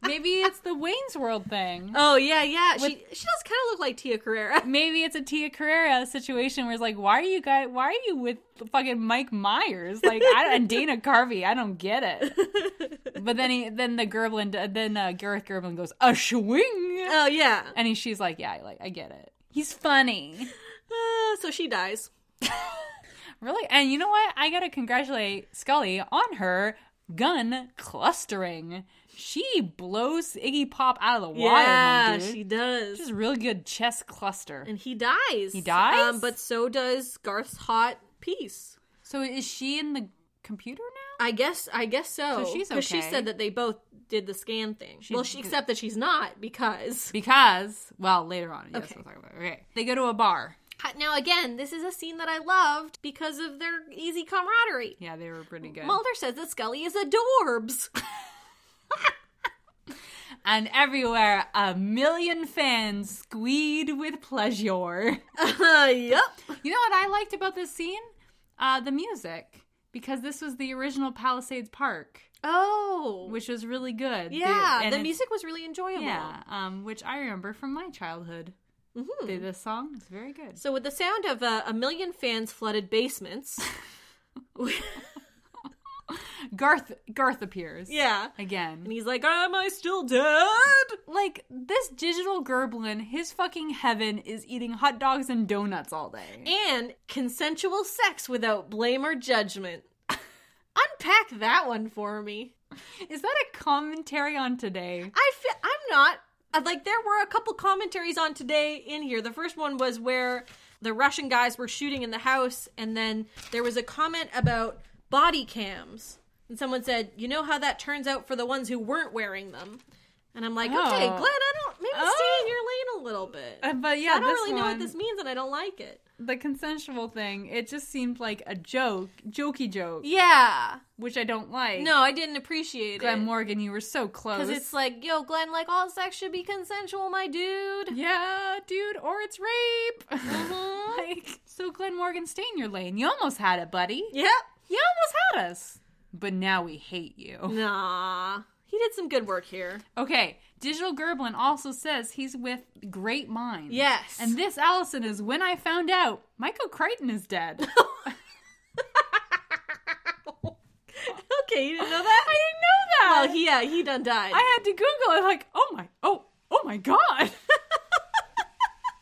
Speaker 1: Maybe it's the Wayne's World thing.
Speaker 2: Oh yeah, yeah. she she does kind of look like Tia Carrera.
Speaker 1: Maybe it's a Tia Carrera situation where it's like, why are you guys? Why are you with fucking Mike Myers? Like, I, and Dana Carvey, I don't get it. But then he, then the Gerblin, then uh, Gareth Gerblin goes a swing,
Speaker 2: Oh yeah.
Speaker 1: and he, she's like, yeah, like I get it. He's funny.
Speaker 2: Uh, so she dies.
Speaker 1: Really? And you know what? I gotta congratulate Scully on her gun clustering. she blows Iggy Pop out of the water,
Speaker 2: yeah,
Speaker 1: my dude.
Speaker 2: she does.
Speaker 1: She's a really good chess cluster.
Speaker 2: and he dies. He
Speaker 1: dies?
Speaker 2: but so does Garth's hot piece.
Speaker 1: So is she in the computer now?
Speaker 2: I guess. I guess so.
Speaker 1: So she's
Speaker 2: Because she
Speaker 1: okay.
Speaker 2: said that they both did the scan thing. well, she,
Speaker 1: did.
Speaker 2: except that she's not because
Speaker 1: Because, well, later on. Yes,
Speaker 2: Okay.
Speaker 1: we'll talk about it. Okay. They go to a bar.
Speaker 2: now again, this is a scene that I loved because of their easy camaraderie.
Speaker 1: Yeah, they were pretty good.
Speaker 2: Mulder says that Scully is adorbs.
Speaker 1: and everywhere, a million fans squeed with pleasure.
Speaker 2: yep.
Speaker 1: You know what I liked about this scene? Uh, the music. Because this was the original Palisades Park,
Speaker 2: Oh.
Speaker 1: which was really good. They-
Speaker 2: yeah,
Speaker 1: and
Speaker 2: the
Speaker 1: it's-
Speaker 2: music was really enjoyable.
Speaker 1: Yeah, um, which I remember from my childhood.
Speaker 2: Mhm.
Speaker 1: They- This song is very good.
Speaker 2: So with the sound of uh, a million fans flooded basements.
Speaker 1: Garth Garth appears.
Speaker 2: yeah. And
Speaker 1: Again.
Speaker 2: he's like, "Am I still dead?"
Speaker 1: Like this digital gerblin, his fucking heaven is eating hot dogs and donuts all day.
Speaker 2: And consensual sex without blame or judgment. Unpack that one for me.
Speaker 1: Is that a commentary on today?
Speaker 2: I feel I'm not uh, like there were a couple commentaries on today in here. The first one was where the Russian guys were shooting in the house, and then there was a comment about body cams, and someone said, "You know how that turns out for the ones who weren't wearing them." And I'm like, okay,
Speaker 1: Oh.
Speaker 2: Glenn, I don't maybe stay in your lane a little bit.
Speaker 1: Uh, but yeah,
Speaker 2: I don't
Speaker 1: this
Speaker 2: really know
Speaker 1: one-
Speaker 2: what this means, and I don't like it.
Speaker 1: The consensual thing, it just seemed like a joke, jokey joke,
Speaker 2: Yeah,
Speaker 1: which I don't like.
Speaker 2: no, I didn't appreciate
Speaker 1: Glenn
Speaker 2: it.
Speaker 1: Morgan, you were so close.
Speaker 2: Because it's like, yo, Glenn, like all sex should be consensual, my dude.
Speaker 1: yeah, dude, or it's rape.
Speaker 2: Mhm.
Speaker 1: like, so Glenn Morgan, stay in your lane. You almost had it, buddy.
Speaker 2: Yep.
Speaker 1: You almost had us. But now we hate you.
Speaker 2: Nah. He did some good work here.
Speaker 1: Okay, Digital Gerblin also says he's with great minds.
Speaker 2: Yes.
Speaker 1: And this, Allison, is when I found out Michael Crichton is dead.
Speaker 2: okay, you didn't know that?
Speaker 1: I didn't know that.
Speaker 2: Well, he yeah, he done died.
Speaker 1: I had to Google it. Like, oh my, oh, oh my God.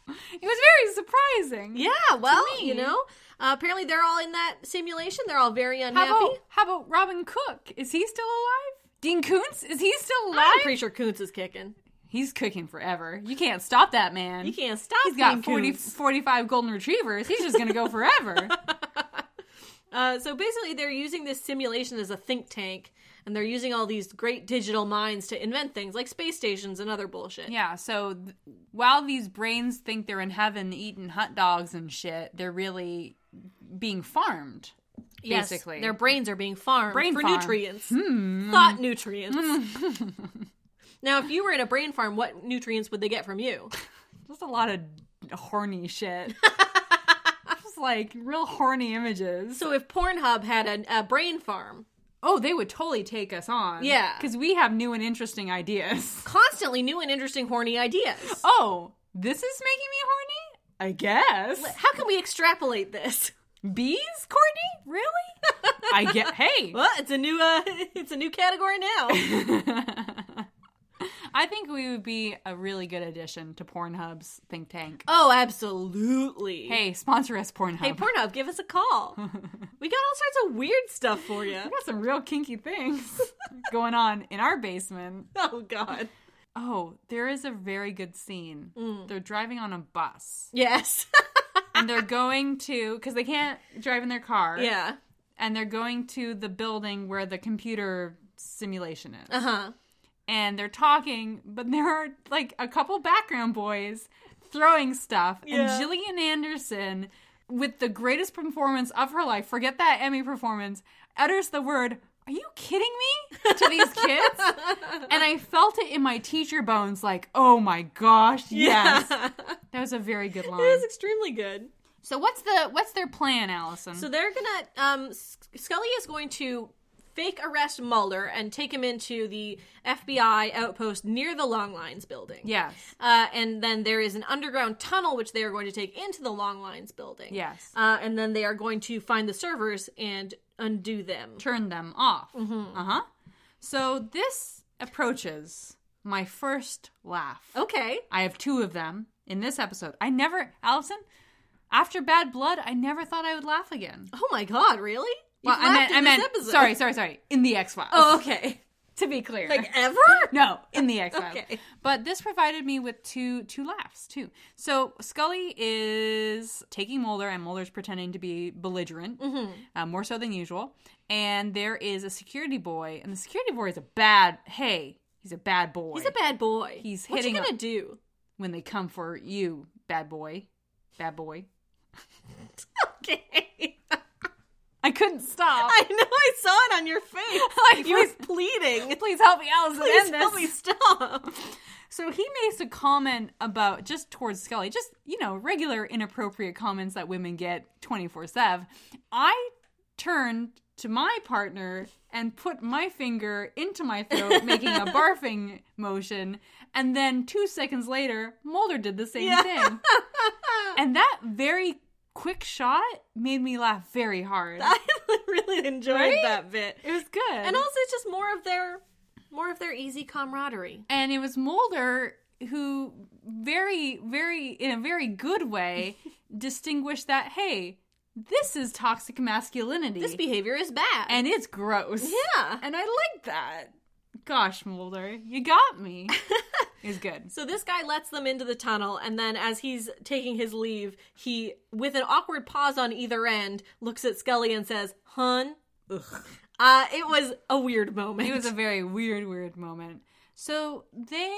Speaker 1: it was very surprising.
Speaker 2: yeah, well,
Speaker 1: to me-
Speaker 2: you know, uh, apparently they're all in that simulation. They're all very
Speaker 1: How
Speaker 2: unhappy.
Speaker 1: about how about Robin Cook? Is he still alive? Dean Koontz? Is he still alive?
Speaker 2: I'm pretty sure Koontz is kicking.
Speaker 1: He's cooking forever. You can't stop that man.
Speaker 2: You can't stop.
Speaker 1: He's got
Speaker 2: Dean
Speaker 1: 40,
Speaker 2: Koontz.
Speaker 1: 45 golden retrievers. He's just gonna go forever.
Speaker 2: Uh, so basically, they're using this simulation as a think tank, and they're using all these great digital minds to invent things like space stations and other bullshit.
Speaker 1: yeah. So th- while these brains think they're in heaven eating hot dogs and shit, they're really being farmed.
Speaker 2: Yes,
Speaker 1: basically.
Speaker 2: their brains are being farmed
Speaker 1: Brain
Speaker 2: for
Speaker 1: farm.
Speaker 2: nutrients, thought nutrients. now, if you were in a brain farm, what nutrients would they get from you?
Speaker 1: Just a lot of horny shit. just like real horny images.
Speaker 2: So, if Pornhub had a, a brain farm,
Speaker 1: Oh, they would totally take us on.
Speaker 2: Yeah.
Speaker 1: Because we have new and interesting ideas.
Speaker 2: constantly new and interesting horny ideas.
Speaker 1: Oh, this is making me horny? I guess.
Speaker 2: How can we extrapolate this?
Speaker 1: Bees, Courtney? Really? I get. Hey.
Speaker 2: Well, it's a new uh, it's a new category now.
Speaker 1: I think we would be a really good addition to Pornhub's think tank.
Speaker 2: oh, absolutely.
Speaker 1: Hey, sponsor us, Pornhub.
Speaker 2: Hey, Pornhub, give us a call. We got all sorts of weird stuff for you.
Speaker 1: we got some real kinky things going on in our basement.
Speaker 2: Oh God.
Speaker 1: Oh, there is a very good scene.
Speaker 2: Mm.
Speaker 1: They're driving on a bus
Speaker 2: Yes.
Speaker 1: and they're going to because they can't drive in their car.
Speaker 2: yeah.
Speaker 1: and they're going to the building where the computer simulation is,
Speaker 2: Uh huh.
Speaker 1: and they're talking, but there are like a couple background boys throwing stuff,
Speaker 2: Yeah.
Speaker 1: and Gillian Anderson. With the greatest performance of her life, forget that Emmy performance, utters the word, Are you kidding me? to these kids. and I felt it in my teacher bones like, Oh my gosh, yes. That was a very good line.
Speaker 2: It is extremely good.
Speaker 1: So what's the what's their plan, Allison?
Speaker 2: So they're gonna. Um, Sc- Scully is going to fake arrest Mulder and take him into the FBI outpost near the Long Lines building.
Speaker 1: yes.
Speaker 2: Uh, and then there is an underground tunnel which they are going to take into the Long Lines building.
Speaker 1: Yes.
Speaker 2: Uh, and then they are going to find the servers and undo them.
Speaker 1: Turn them off.
Speaker 2: Mm-hmm.
Speaker 1: Uh-huh. So this approaches my first laugh.
Speaker 2: Okay.
Speaker 1: I have two of them in this episode. I never Allison, after Bad Blood, I never thought I would laugh again.
Speaker 2: Oh my God! Really? You've
Speaker 1: Well, I meant
Speaker 2: laughed in
Speaker 1: I
Speaker 2: this
Speaker 1: meant
Speaker 2: episode.
Speaker 1: sorry, sorry, sorry. In the X Files.
Speaker 2: Oh, okay.
Speaker 1: to be clear.
Speaker 2: Like ever?
Speaker 1: no, in the X Files.
Speaker 2: Okay.
Speaker 1: But this provided me with two two laughs too. So Scully is taking Mulder, and Mulder's pretending to be belligerent,
Speaker 2: Mm-hmm.
Speaker 1: uh, more so than usual. And there is a security boy, and the security boy is a bad. Hey, he's a bad boy.
Speaker 2: He's a bad boy.
Speaker 1: He's
Speaker 2: What's he
Speaker 1: hitting
Speaker 2: gonna
Speaker 1: up-
Speaker 2: do?
Speaker 1: when they come for you, bad boy, bad boy.
Speaker 2: Okay.
Speaker 1: I couldn't stop.
Speaker 2: I know. I saw it on your face.
Speaker 1: Like,
Speaker 2: you were
Speaker 1: please-
Speaker 2: pleading.
Speaker 1: Please help me, Allison.
Speaker 2: Please
Speaker 1: end
Speaker 2: help
Speaker 1: this.
Speaker 2: me stop.
Speaker 1: So he makes a comment about just towards Scully, just, you know, regular inappropriate comments that women get 24 7. I turned to my partner and put my finger into my throat, making a barfing motion. And then two seconds later, Mulder did the same
Speaker 2: Yeah.
Speaker 1: thing. And that very quick shot made me laugh very hard.
Speaker 2: I really enjoyed
Speaker 1: Right?
Speaker 2: that bit.
Speaker 1: it was good.
Speaker 2: And also, it's just more of their, more of their easy camaraderie.
Speaker 1: and it was Mulder who very very in a very good way distinguished that hey this is toxic masculinity
Speaker 2: This behavior is bad.
Speaker 1: and it's gross
Speaker 2: yeah.
Speaker 1: and i like that gosh Mulder you got me is good
Speaker 2: So this guy lets them into the tunnel, and then as he's taking his leave, he, with an awkward pause on either end, looks at Scully and says, "Hun." Uh, it was a weird moment.
Speaker 1: it was a very weird weird moment so they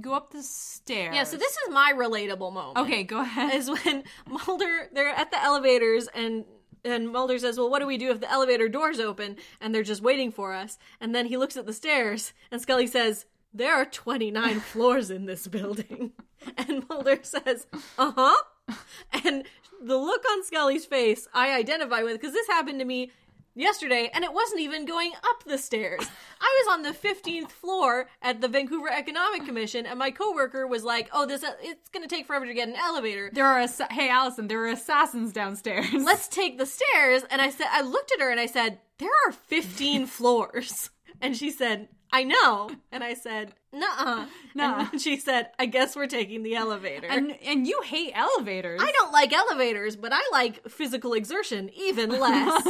Speaker 1: go up the stairs
Speaker 2: yeah. So this is my relatable moment.
Speaker 1: okay go ahead
Speaker 2: is when Mulder they're at the elevators and and Mulder says, "Well, what do we do if the elevator doors open and they're just waiting for us?" And then he looks at the stairs and Scully says, "There are 29 floors in this building." And Mulder says, "Uh-huh." And the look on Scully's face, I identify with because this happened to me yesterday and it wasn't even going up the stairs. I was on the 15th floor at the Vancouver Economic Commission and my coworker was like, "Oh, this it's going to take forever to get an elevator."
Speaker 1: there are assa- hey allison there are assassins downstairs
Speaker 2: let's take the stairs. And I said, I looked at her and I said, there are 15 floors. And she said, I know. And I said, nuh-uh.
Speaker 1: Nuh-uh.
Speaker 2: And she said, I guess we're taking the elevator.
Speaker 1: and and you hate elevators
Speaker 2: I don't like elevators, but I like physical exertion even less.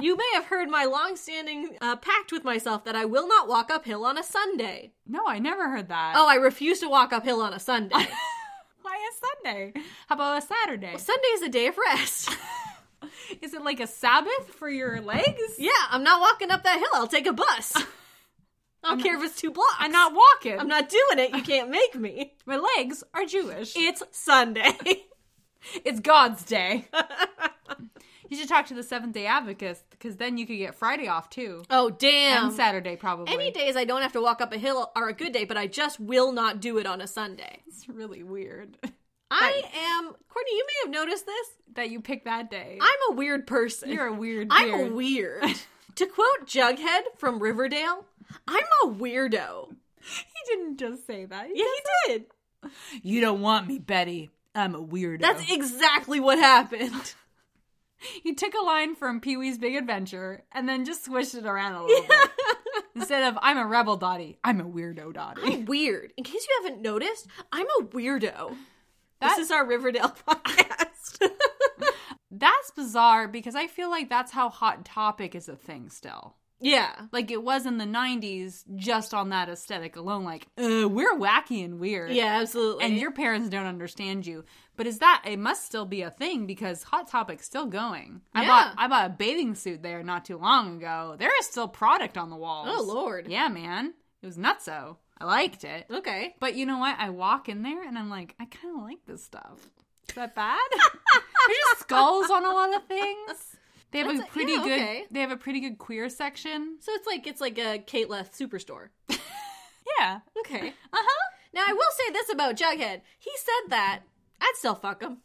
Speaker 2: you may have heard my long-standing uh, pact with myself that I will not walk uphill on a Sunday.
Speaker 1: no i never heard that
Speaker 2: Oh, I refuse to walk uphill on a Sunday.
Speaker 1: Why a Sunday? How about a Saturday?
Speaker 2: Sunday is a day of rest.
Speaker 1: Is it like a Sabbath for your legs?
Speaker 2: Yeah, I'm not walking up that hill. I'll take a bus. I don't care if it's two blocks.
Speaker 1: I'm not walking.
Speaker 2: I'm not doing it. You can't make me.
Speaker 1: My legs are Jewish.
Speaker 2: It's Sunday.
Speaker 1: It's God's day. you should talk to the Seventh Day Advocates because then you could get Friday off too
Speaker 2: oh damn.
Speaker 1: and Saturday probably.
Speaker 2: Any days I don't have to walk up a hill are a good day, but I just will not do it on a Sunday.
Speaker 1: It's really weird
Speaker 2: I am Courtney, you may have noticed this.
Speaker 1: that you pick that day.
Speaker 2: I'm a weird person.
Speaker 1: You're a weird.
Speaker 2: I'm
Speaker 1: weird.
Speaker 2: weird. to quote Jughead from Riverdale, I'm a weirdo.
Speaker 1: He didn't just say that.
Speaker 2: Yeah, he did.
Speaker 1: You don't want me, Betty. I'm a weirdo.
Speaker 2: That's exactly what happened.
Speaker 1: He took a line from Pee Wee's Big Adventure and then just swished it around a little bit. Instead of "I'm a rebel, Dottie," I'm a weirdo, Dottie.
Speaker 2: I'm weird. In case you haven't noticed, I'm a weirdo.
Speaker 1: That-
Speaker 2: This is our Riverdale podcast.
Speaker 1: That's bizarre because I feel like that's how Hot Topic is a thing still.
Speaker 2: yeah.
Speaker 1: Like it was in the 90s just on that aesthetic alone like uh, we're wacky and weird.
Speaker 2: Yeah, absolutely.
Speaker 1: And your parents don't understand you. But is that it must still be a thing because Hot Topic's still going. I
Speaker 2: Yeah.
Speaker 1: bought I bought a bathing suit there not too long ago. There is still product on the walls.
Speaker 2: Oh, Lord.
Speaker 1: Yeah, man. It was nutso. I liked it.
Speaker 2: Okay.
Speaker 1: But you know what? I walk in there and I'm like, I kind of like this stuff. Is that bad? There's just skulls on a lot of things. They have
Speaker 2: That's-
Speaker 1: a pretty
Speaker 2: yeah,
Speaker 1: good.
Speaker 2: okay.
Speaker 1: They have a pretty good queer section.
Speaker 2: So it's like it's like a Kate Leth superstore.
Speaker 1: Yeah.
Speaker 2: Okay. Uh huh. Now I will say this about Jughead. He said that I'd still fuck him.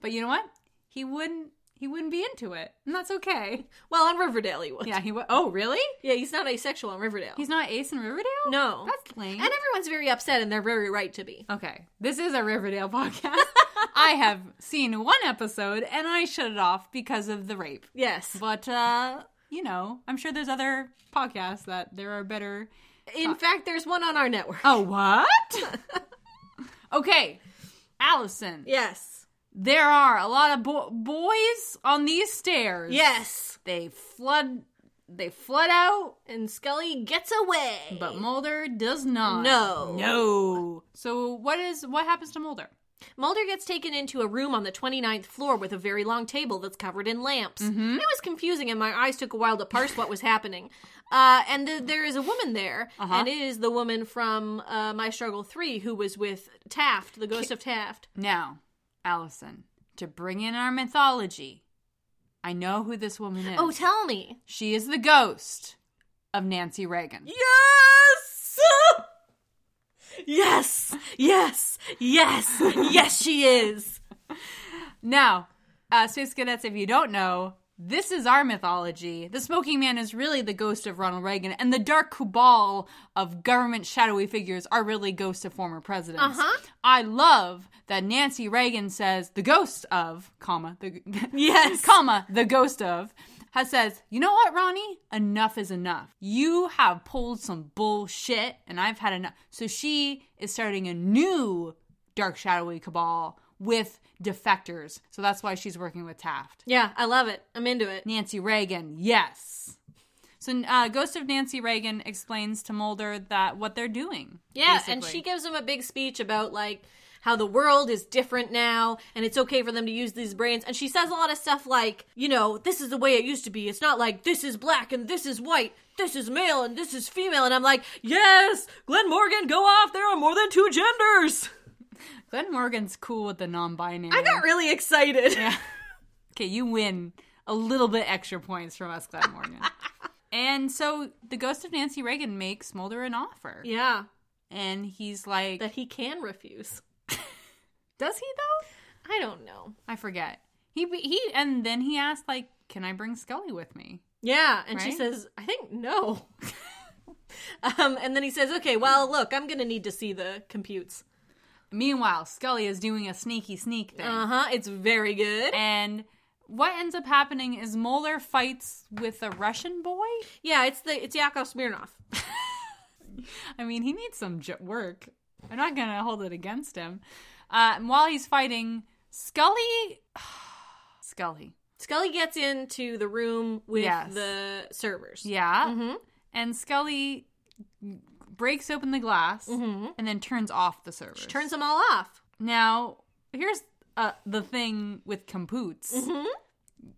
Speaker 1: But you know what? He wouldn't. He wouldn't be into it, and that's okay.
Speaker 2: Well, on Riverdale he would.
Speaker 1: Yeah. He would. Oh, really?
Speaker 2: Yeah, he's not asexual on Riverdale.
Speaker 1: He's not Ace in Riverdale.
Speaker 2: no.
Speaker 1: That's lame.
Speaker 2: and everyone's very upset, and they're very right to be.
Speaker 1: okay. This is a Riverdale podcast. I have seen one episode and I shut it off because of the rape.
Speaker 2: Yes.
Speaker 1: But uh, you know, I'm sure there's other podcasts that there are better
Speaker 2: In fact, there's one on our network.
Speaker 1: A what? okay, Allison.
Speaker 2: Yes.
Speaker 1: There are a lot of bo- boys on these stairs.
Speaker 2: Yes.
Speaker 1: They flood They flood out,
Speaker 2: and Scully gets away.
Speaker 1: but Mulder does not.
Speaker 2: No.
Speaker 1: No. So what is what happens to Mulder?
Speaker 2: Mulder gets taken into a room on the 29th floor with a very long table that's covered in lamps. It was confusing, and my eyes took a while to parse what was happening. Uh, and th- there is a woman there, and it is the woman from uh, My Struggle 3 who was with Taft, the ghost of Taft.
Speaker 1: Now, Allison, to bring in our mythology, I know who this woman is.
Speaker 2: Oh, tell me.
Speaker 1: she is the ghost of Nancy Reagan.
Speaker 2: Yes! yes! Yes! Yes! Yes, she is!
Speaker 1: Now, uh, Space Cadets, if you don't know, this is our mythology. The Smoking Man is really the ghost of Ronald Reagan, and the dark cabal of government shadowy figures are really ghosts of former presidents.
Speaker 2: Uh-huh.
Speaker 1: I love that Nancy Reagan says the ghost of, comma, the
Speaker 2: Yes.
Speaker 1: comma, the ghost of, has says, you know what, Ronnie? Enough is enough. You have pulled some bullshit, and I've had enough. So she is starting a new dark shadowy cabal with defectors. So that's why she's working with Taft.
Speaker 2: Yeah, I love it. I'm into it.
Speaker 1: Nancy Reagan, yes. So, uh, Ghost of Nancy Reagan explains to Mulder that what they're doing.
Speaker 2: Yeah, and
Speaker 1: basically.
Speaker 2: she gives him a big speech about like how the world is different now and it's okay for them to use these brains. And she says a lot of stuff like, you know, this is the way it used to be. It's not like this is black and this is white, this is male and this is female. And I'm like, yes, Glenn Morgan, go off. There are more than two genders.
Speaker 1: Glenn Morgan's cool with the non-binary.
Speaker 2: I got really excited.
Speaker 1: Okay, you win a little bit extra points from us, Glenn Morgan. and so the ghost of Nancy Reagan makes Mulder an offer.
Speaker 2: yeah,
Speaker 1: And he's like,
Speaker 2: that he can refuse.
Speaker 1: does he though?
Speaker 2: I don't know.
Speaker 1: I forget. He he and then he asked like, "Can I bring Scully with me?"
Speaker 2: Yeah, and she
Speaker 1: Right?
Speaker 2: says, I think no. um, and then he says, okay, well, look, I'm going to need to see the computes.
Speaker 1: Meanwhile, Scully is doing a sneaky sneak thing.
Speaker 2: Uh huh. It's very good.
Speaker 1: And what ends up happening is Mulder fights with a Russian boy.
Speaker 2: Yeah, it's the it's Yakov Smirnov.
Speaker 1: I mean, he needs some j- work. I'm not going to hold it against him. Uh, and while he's fighting, Scully. Scully.
Speaker 2: Scully gets into the room with
Speaker 1: Yes.
Speaker 2: the servers.
Speaker 1: Yeah.
Speaker 2: Mm-hmm.
Speaker 1: And Scully breaks open the glass and then turns off the servers.
Speaker 2: Mm-hmm. She turns them all off.
Speaker 1: now, here's uh, the thing with computes.
Speaker 2: Mm-hmm.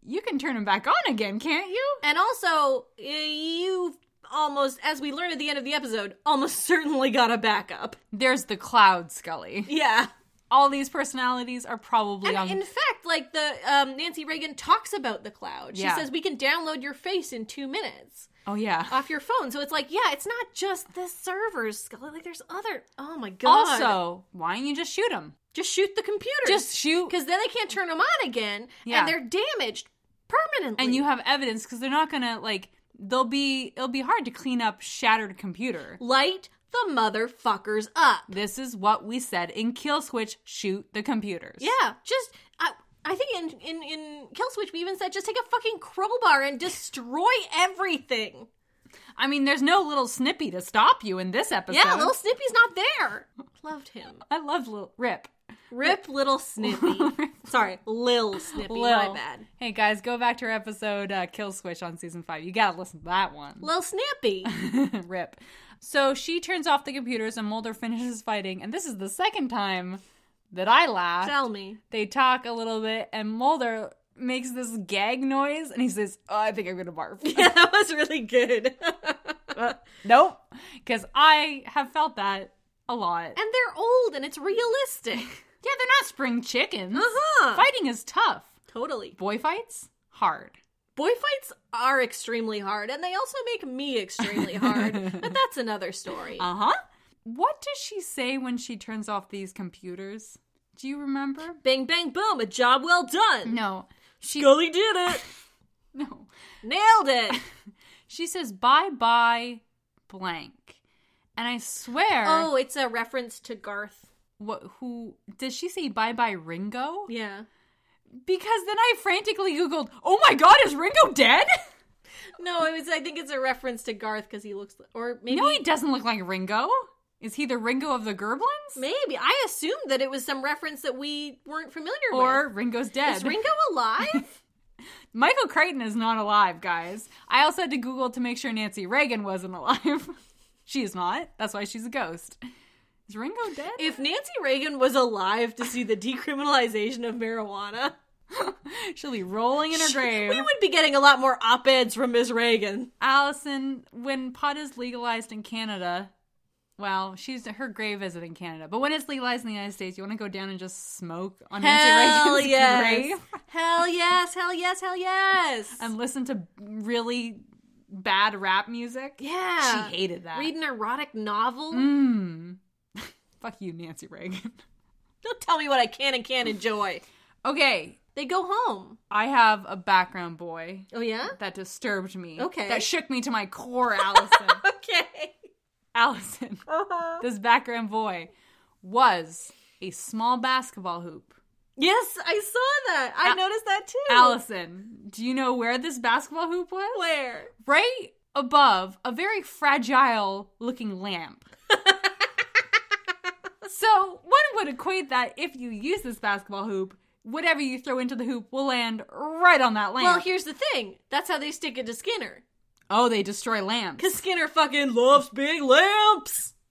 Speaker 1: You can turn them back on again, can't you?
Speaker 2: And also, uh, you almost, as we learn at the end of the episode, almost certainly got a backup.
Speaker 1: There's the cloud, Scully.
Speaker 2: Yeah.
Speaker 1: All these personalities are probably
Speaker 2: And
Speaker 1: on.
Speaker 2: in fact, like the um, Nancy Reagan talks about the cloud. She
Speaker 1: Yeah.
Speaker 2: says we can download your face in two minutes
Speaker 1: oh, yeah.
Speaker 2: off your phone. So it's like, yeah, it's not just the servers, Scully. Like there's other. Oh my god.
Speaker 1: Also, why don't you just shoot them?
Speaker 2: just shoot the computer.
Speaker 1: Just shoot.
Speaker 2: because then they can't turn them on again,
Speaker 1: Yeah.
Speaker 2: and they're damaged permanently.
Speaker 1: and you have evidence because they're not gonna like they'll be it'll be hard to clean up shattered computer
Speaker 2: light the motherfuckers up.
Speaker 1: this is what we said in kill switch shoot the computers
Speaker 2: Yeah, just I, I think in in in Kill Switch we even said just take a fucking crowbar and destroy everything.
Speaker 1: i mean there's no little snippy to stop you in this episode
Speaker 2: Yeah, little Snippy's not there. Loved him.
Speaker 1: i love little rip
Speaker 2: Rip, little Snippy. Sorry, Lil Snippy. My bad.
Speaker 1: hey guys go back to our episode uh, kill switch on season five you gotta listen to that one
Speaker 2: Lil Snippy.
Speaker 1: rip so she turns off the computers and mulder finishes fighting and this is the second time that i laughed
Speaker 2: Tell me.
Speaker 1: They talk a little bit, and Mulder makes this gag noise, and he says, oh, "I think I'm gonna barf."
Speaker 2: Yeah, that was really good.
Speaker 1: nope, because I have felt that a lot.
Speaker 2: and they're old, and it's realistic.
Speaker 1: yeah, they're not spring chickens.
Speaker 2: Uh-huh.
Speaker 1: Fighting is tough.
Speaker 2: Totally.
Speaker 1: Boy fights hard.
Speaker 2: Boy fights are extremely hard, and they also make me extremely hard, but that's another story.
Speaker 1: Uh huh. What does she say when she turns off these computers? Do you remember?
Speaker 2: bang, bang, boom, a job well done.
Speaker 1: No, she
Speaker 2: Gully did it.
Speaker 1: no.
Speaker 2: Nailed it.
Speaker 1: She says bye bye blank, and I swear.
Speaker 2: Oh, it's a reference to Garth.
Speaker 1: what? Who does she say bye bye Ringo?
Speaker 2: Yeah.
Speaker 1: Because then I frantically Googled, oh my god, is Ringo dead?
Speaker 2: No, it was. I think it's a reference to Garth because he looks, or maybe,
Speaker 1: No, he doesn't look like Ringo. Is he the Ringo of the Gerblins?
Speaker 2: maybe I assumed that it was some reference that we weren't familiar
Speaker 1: Or
Speaker 2: with.
Speaker 1: Ringo's dead?
Speaker 2: Is Ringo alive?
Speaker 1: Michael Crichton is not alive, guys. I also had to Google to make sure Nancy Reagan wasn't alive. she is not. That's why she's a ghost. Is Ringo dead?
Speaker 2: If Nancy Reagan was alive to see the decriminalization of marijuana,
Speaker 1: She'll be rolling in her grave.
Speaker 2: we would be getting a lot more op eds from Ms. Reagan.
Speaker 1: Allison, when pot is legalized in Canada, well, she's her grave isn't in Canada, but when it's legalized in the United States, you want to go down and just smoke on Nancy
Speaker 2: Hell
Speaker 1: Reagan's
Speaker 2: yes.
Speaker 1: grave
Speaker 2: Hell yes, hell yes, hell yes.
Speaker 1: and listen to really bad rap music.
Speaker 2: yeah.
Speaker 1: she hated that.
Speaker 2: Read an erotic novel.
Speaker 1: Mm. Fuck you, Nancy Reagan.
Speaker 2: Don't tell me what I can and can't enjoy.
Speaker 1: Okay,
Speaker 2: They go home.
Speaker 1: I have a background boy
Speaker 2: Oh, yeah?
Speaker 1: that disturbed me.
Speaker 2: Okay.
Speaker 1: that shook me to my core, Allison.
Speaker 2: Okay.
Speaker 1: Allison,
Speaker 2: Uh-huh.
Speaker 1: this background boy was a small basketball hoop.
Speaker 2: Yes, I saw that. I noticed that too.
Speaker 1: Allison, do you know where this basketball hoop was?
Speaker 2: Where?
Speaker 1: Right above a very fragile looking lamp. so one would equate that if you use this basketball hoop, whatever you throw into the hoop will land right on that lamp.
Speaker 2: Well, here's the thing. That's how they stick it to Skinner.
Speaker 1: oh, they destroy lamps.
Speaker 2: Because Skinner fucking loves big lamps.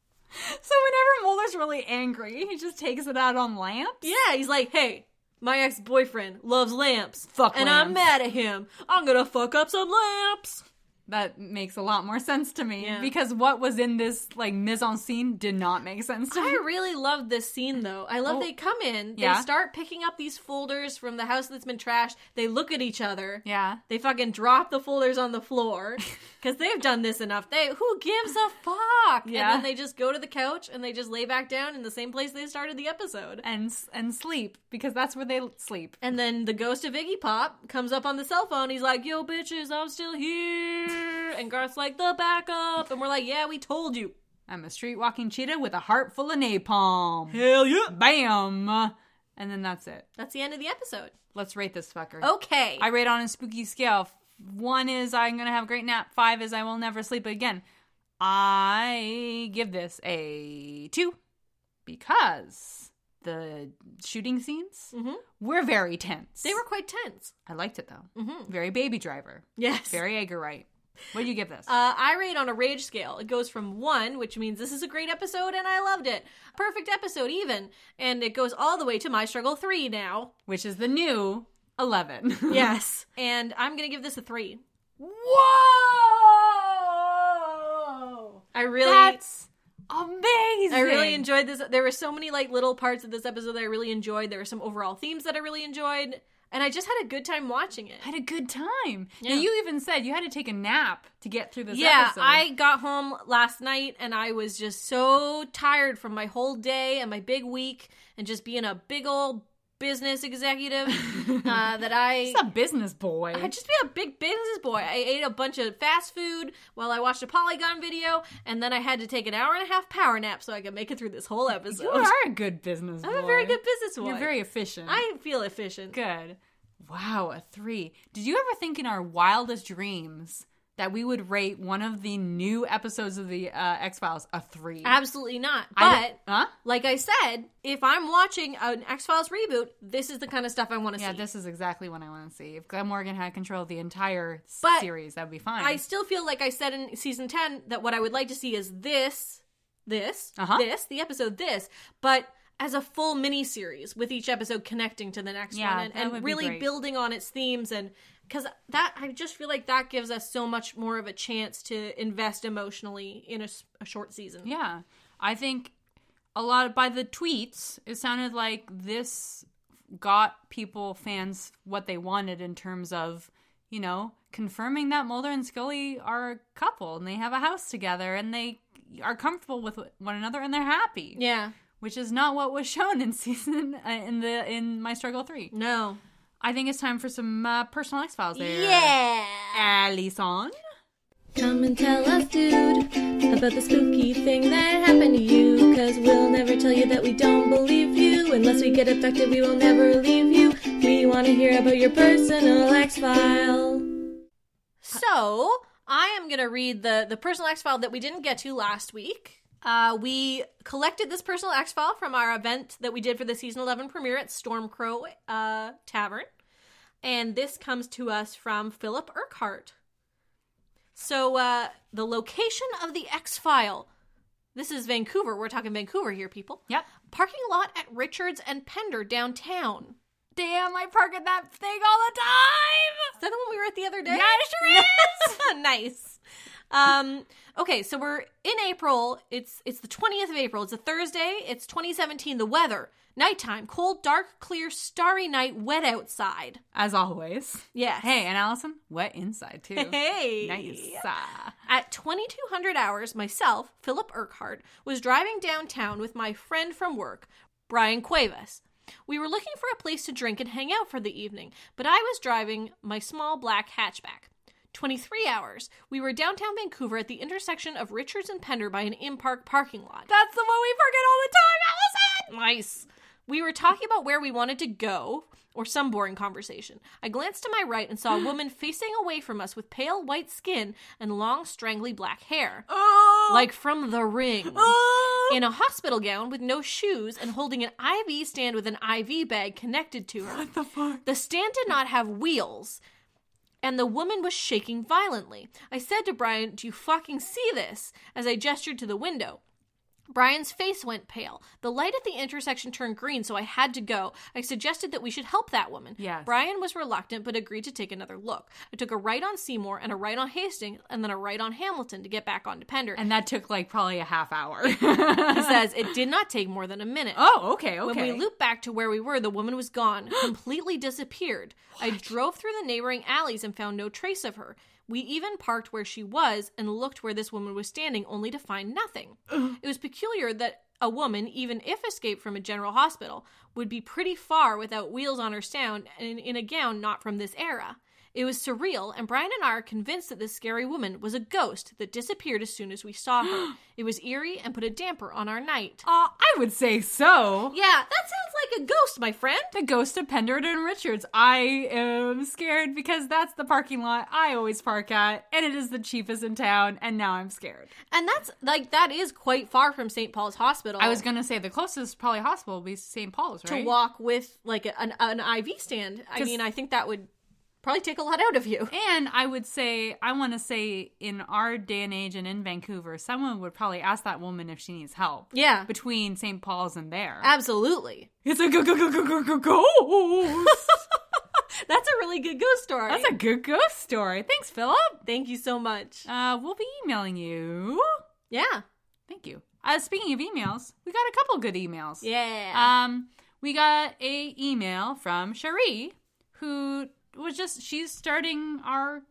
Speaker 1: So whenever Mulder's really angry, he just takes it out on lamps.
Speaker 2: Yeah, he's like, hey, my ex boyfriend loves lamps.
Speaker 1: Fuck
Speaker 2: And
Speaker 1: lamps.
Speaker 2: I'm mad at him. I'm gonna fuck up some lamps.
Speaker 1: That makes a lot more sense to me
Speaker 2: Yeah.
Speaker 1: because what was in this like mise en scene did not make sense to me.
Speaker 2: I really love this scene though. I love
Speaker 1: Oh.
Speaker 2: they come in, they
Speaker 1: Yeah.
Speaker 2: start picking up these folders from the house that's been trashed. They look at each other.
Speaker 1: Yeah.
Speaker 2: They fucking drop the folders on the floor because they've done this enough. They who gives a fuck?
Speaker 1: Yeah.
Speaker 2: And then they just go to the couch and they just lay back down in the same place they started the episode.
Speaker 1: and and sleep because that's where they sleep.
Speaker 2: And then the ghost of Iggy Pop comes up on the cell phone. He's like, "Yo, bitches, I'm still here." And Garth's like, "The backup," and we're like, "Yeah, we told you."
Speaker 1: I'm a street walking cheetah with a heart full of napalm.
Speaker 2: Hell yeah!
Speaker 1: Bam. And then that's it.
Speaker 2: That's the end of the episode.
Speaker 1: Let's rate this fucker.
Speaker 2: Oh. Okay.
Speaker 1: I rate on a spooky scale. One is I'm gonna have a great nap. Five is I will never sleep again. I give this a two because the shooting scenes were very tense.
Speaker 2: Mm-hmm. they were Mm-hmm. quite tense.
Speaker 1: I liked it though. Very Baby Driver.
Speaker 2: Yes.
Speaker 1: Very Edgar Wright. What do you give this?
Speaker 2: Uh, I rate on a rage scale. It goes from one, which means this is a great episode and I loved it. Perfect episode, even. And it goes all the way to My Struggle 3 now.
Speaker 1: Which is the new eleven.
Speaker 2: Yes. and I'm going to give this a three.
Speaker 1: Whoa!
Speaker 2: I really.
Speaker 1: That's amazing.
Speaker 2: I really enjoyed this. There were so many like little parts of this episode that I really enjoyed. There were some overall themes that I really enjoyed, and I just had a good time watching it.
Speaker 1: had a good time.
Speaker 2: Yeah.
Speaker 1: Now you even said you had to take a nap to get through this
Speaker 2: Yeah,
Speaker 1: episode.
Speaker 2: I got home last night and I was just so tired from my whole day and my big week and just being a big old business executive uh, that I.
Speaker 1: He's a business boy.
Speaker 2: I just be a big business boy. I ate a bunch of fast food while I watched a Polygon video, and then I had to take an hour and a half power nap so I could make it through this whole episode.
Speaker 1: you are a good business boy.
Speaker 2: I'm a very good business boy.
Speaker 1: You're very efficient.
Speaker 2: I feel efficient.
Speaker 1: good. Wow, a three. Did you ever think in our wildest dreams that we would rate one of the new episodes of the uh, X Files a three?
Speaker 2: Absolutely not.
Speaker 1: I-
Speaker 2: But
Speaker 1: huh?
Speaker 2: like I said, if I'm watching an X Files reboot, this is the kind of stuff I want to
Speaker 1: Yeah,
Speaker 2: see.
Speaker 1: this is exactly what I want to see. If Glenn Morgan had control of the entire s-
Speaker 2: But
Speaker 1: series, that'd be fine.
Speaker 2: I still feel like I said in season ten that what I would like to see is this, this,
Speaker 1: Uh-huh.
Speaker 2: this, the episode this, but as a full mini series with each episode connecting to the next
Speaker 1: Yeah,
Speaker 2: one and,
Speaker 1: that
Speaker 2: and
Speaker 1: would be
Speaker 2: really
Speaker 1: great.
Speaker 2: building on its themes and because that I just feel like that gives us so much more of a chance to invest emotionally in a, s- a short season.
Speaker 1: Yeah. I think a lot of, by the tweets, it sounded like this got people, fans, what they wanted in terms of, you know, confirming that Mulder and Scully are a couple and they have a house together and they are comfortable with one another and they're happy.
Speaker 2: Yeah.
Speaker 1: Which is not what was shown in season uh, in the in My Struggle 3.
Speaker 2: No.
Speaker 1: I think it's time for some uh, personal X-Files there.
Speaker 2: Yeah.
Speaker 1: Alison.
Speaker 3: Come and tell us, dude, about the spooky thing that happened to you. Cause we'll never tell you that we don't believe you. Unless we get abducted, we will never leave you. We want to hear about your personal X file.
Speaker 2: So I am going to read the the personal X file that we didn't get to last week. Uh, we collected this personal X file from our event that we did for the season eleven premiere at Stormcrow uh, Tavern, And this comes to us from Philip Urquhart. So, uh, the location of the X File. This is Vancouver. We're talking Vancouver here, people.
Speaker 1: Yep.
Speaker 2: Parking lot at Richards and Pender downtown.
Speaker 1: Damn, I park at that thing all the time.
Speaker 2: Is that the one we were at the other day?
Speaker 1: Yeah, it
Speaker 2: sure is. nice. Um, okay, so we're in April. It's it's the 20th of April. It's a Thursday. It's 2017. The weather. Nighttime. Cold, dark, clear, starry night, wet outside.
Speaker 1: As always.
Speaker 2: Yes.
Speaker 1: Hey, and Allison, wet inside too.
Speaker 2: Hey.
Speaker 1: Nice. Ah.
Speaker 2: At 2200 hours, myself, Philip Urquhart, was driving downtown with my friend from work, Brian Cuevas. We were looking for a place to drink and hang out for the evening, but I was driving my small black hatchback. 23 hours, we were downtown Vancouver at the intersection of Richards and Pender by an in park parking lot.
Speaker 1: That's the one we forget all the time, Allison.
Speaker 2: Nice. We were talking about where we wanted to go, or some boring conversation. I glanced to my right and saw a woman facing away from us with pale white skin and long, strangly black hair.
Speaker 1: Oh.
Speaker 2: Like from the ring.
Speaker 1: oh.
Speaker 2: In a hospital gown with no shoes and holding an IV stand with an IV bag connected to her.
Speaker 1: What the fuck?
Speaker 2: The stand did not have wheels, and the woman was shaking violently. I said to Brian, Do you fucking see this? as I gestured to the window. Brian's face went pale. The light at the intersection turned green, so I had to go. I suggested that we should help that woman.
Speaker 1: Yes.
Speaker 2: Brian was reluctant, but agreed to take another look. I took a right on Seymour and a right on Hastings, and then a right on Hamilton to get back onto Pender. And
Speaker 1: And that took like probably a half hour.
Speaker 2: he says it did not take more than a minute.
Speaker 1: oh, okay, okay.
Speaker 2: When we looped back to where we were, the woman was gone, completely disappeared. I drove through the neighboring alleys and found no trace of her. We even parked where she was and looked where this woman was standing, only to find nothing. it was peculiar that a woman, even if escaped from a general hospital, would be pretty far without wheels on her stand and in a gown not from this era. It was surreal, and Brian and I are convinced that this scary woman was a ghost that disappeared as soon as we saw her. it was eerie and put a damper on our night.
Speaker 1: Uh, I would say so.
Speaker 2: Yeah, that sounds like a ghost, my friend.
Speaker 1: The ghost of Penderton and Richards. I am scared because that's the parking lot I always park at, and it is the cheapest in town, and now I'm scared.
Speaker 2: And that's like that is quite far from St. Paul's Hospital.
Speaker 1: I was gonna say the closest probably hospital would be St. Paul's,
Speaker 2: to
Speaker 1: right?
Speaker 2: walk with like a- an, an IV stand. I
Speaker 1: 'Cause-
Speaker 2: mean, I think that would probably take a lot out of you.
Speaker 1: and I would say, I want to say, in our day and age, and in Vancouver, someone would probably ask that woman if she needs help.
Speaker 2: Yeah.
Speaker 1: between St. Paul's and there,
Speaker 2: Absolutely.
Speaker 1: it's a go go go go go go ghost.
Speaker 2: That's a really good ghost story.
Speaker 1: That's a good ghost story. Thanks, Philip.
Speaker 2: Thank you so much.
Speaker 1: Uh, we'll be emailing you.
Speaker 2: Yeah.
Speaker 1: Thank you. Uh, speaking of emails, we got a couple good emails.
Speaker 2: Yeah.
Speaker 1: Um, we got a email from Cherie, who was just she's starting our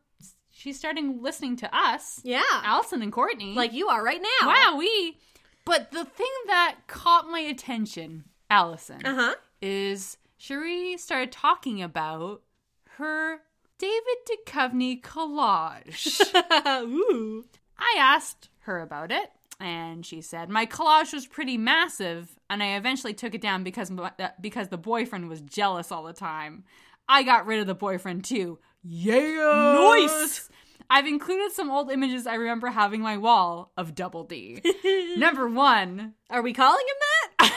Speaker 1: she's starting listening to us,
Speaker 2: yeah.
Speaker 1: Allison and Courtney.
Speaker 2: Like you are right now.
Speaker 1: wow, we. But the thing that caught my attention, Allison,
Speaker 2: Uh huh.
Speaker 1: is Cherie started talking about her David Duchovny collage.
Speaker 2: Ooh.
Speaker 1: I asked her about it, and she said my collage was pretty massive, and I eventually took it down because my- uh, because the boyfriend was jealous all the time. I got rid of the boyfriend too. Yeah,
Speaker 2: Nice!
Speaker 1: I've included some old images I remember having my wall of Double D. Number one,
Speaker 2: Are we calling him that?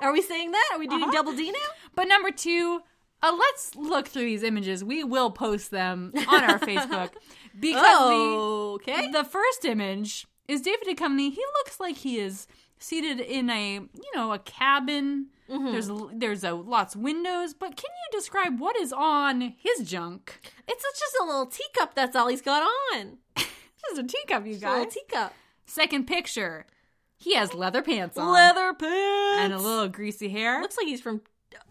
Speaker 2: are we saying that? Are we
Speaker 1: Uh-huh.
Speaker 2: doing double D now?
Speaker 1: But number two, uh, let's look through these images. We will post them on our Facebook because the,
Speaker 2: Okay.
Speaker 1: the first image is David Duchovny. He looks like he is seated in a you know a cabin.
Speaker 2: Mm-hmm.
Speaker 1: There's a, there's a lots of windows, but can you describe what is on his junk?
Speaker 2: It's just a little teacup. That's all he's got on.
Speaker 1: This is a teacup, you
Speaker 2: A little
Speaker 1: guys.
Speaker 2: teacup.
Speaker 1: Second picture, he has leather pants on
Speaker 2: leather pants
Speaker 1: and a little greasy hair.
Speaker 2: looks like he's from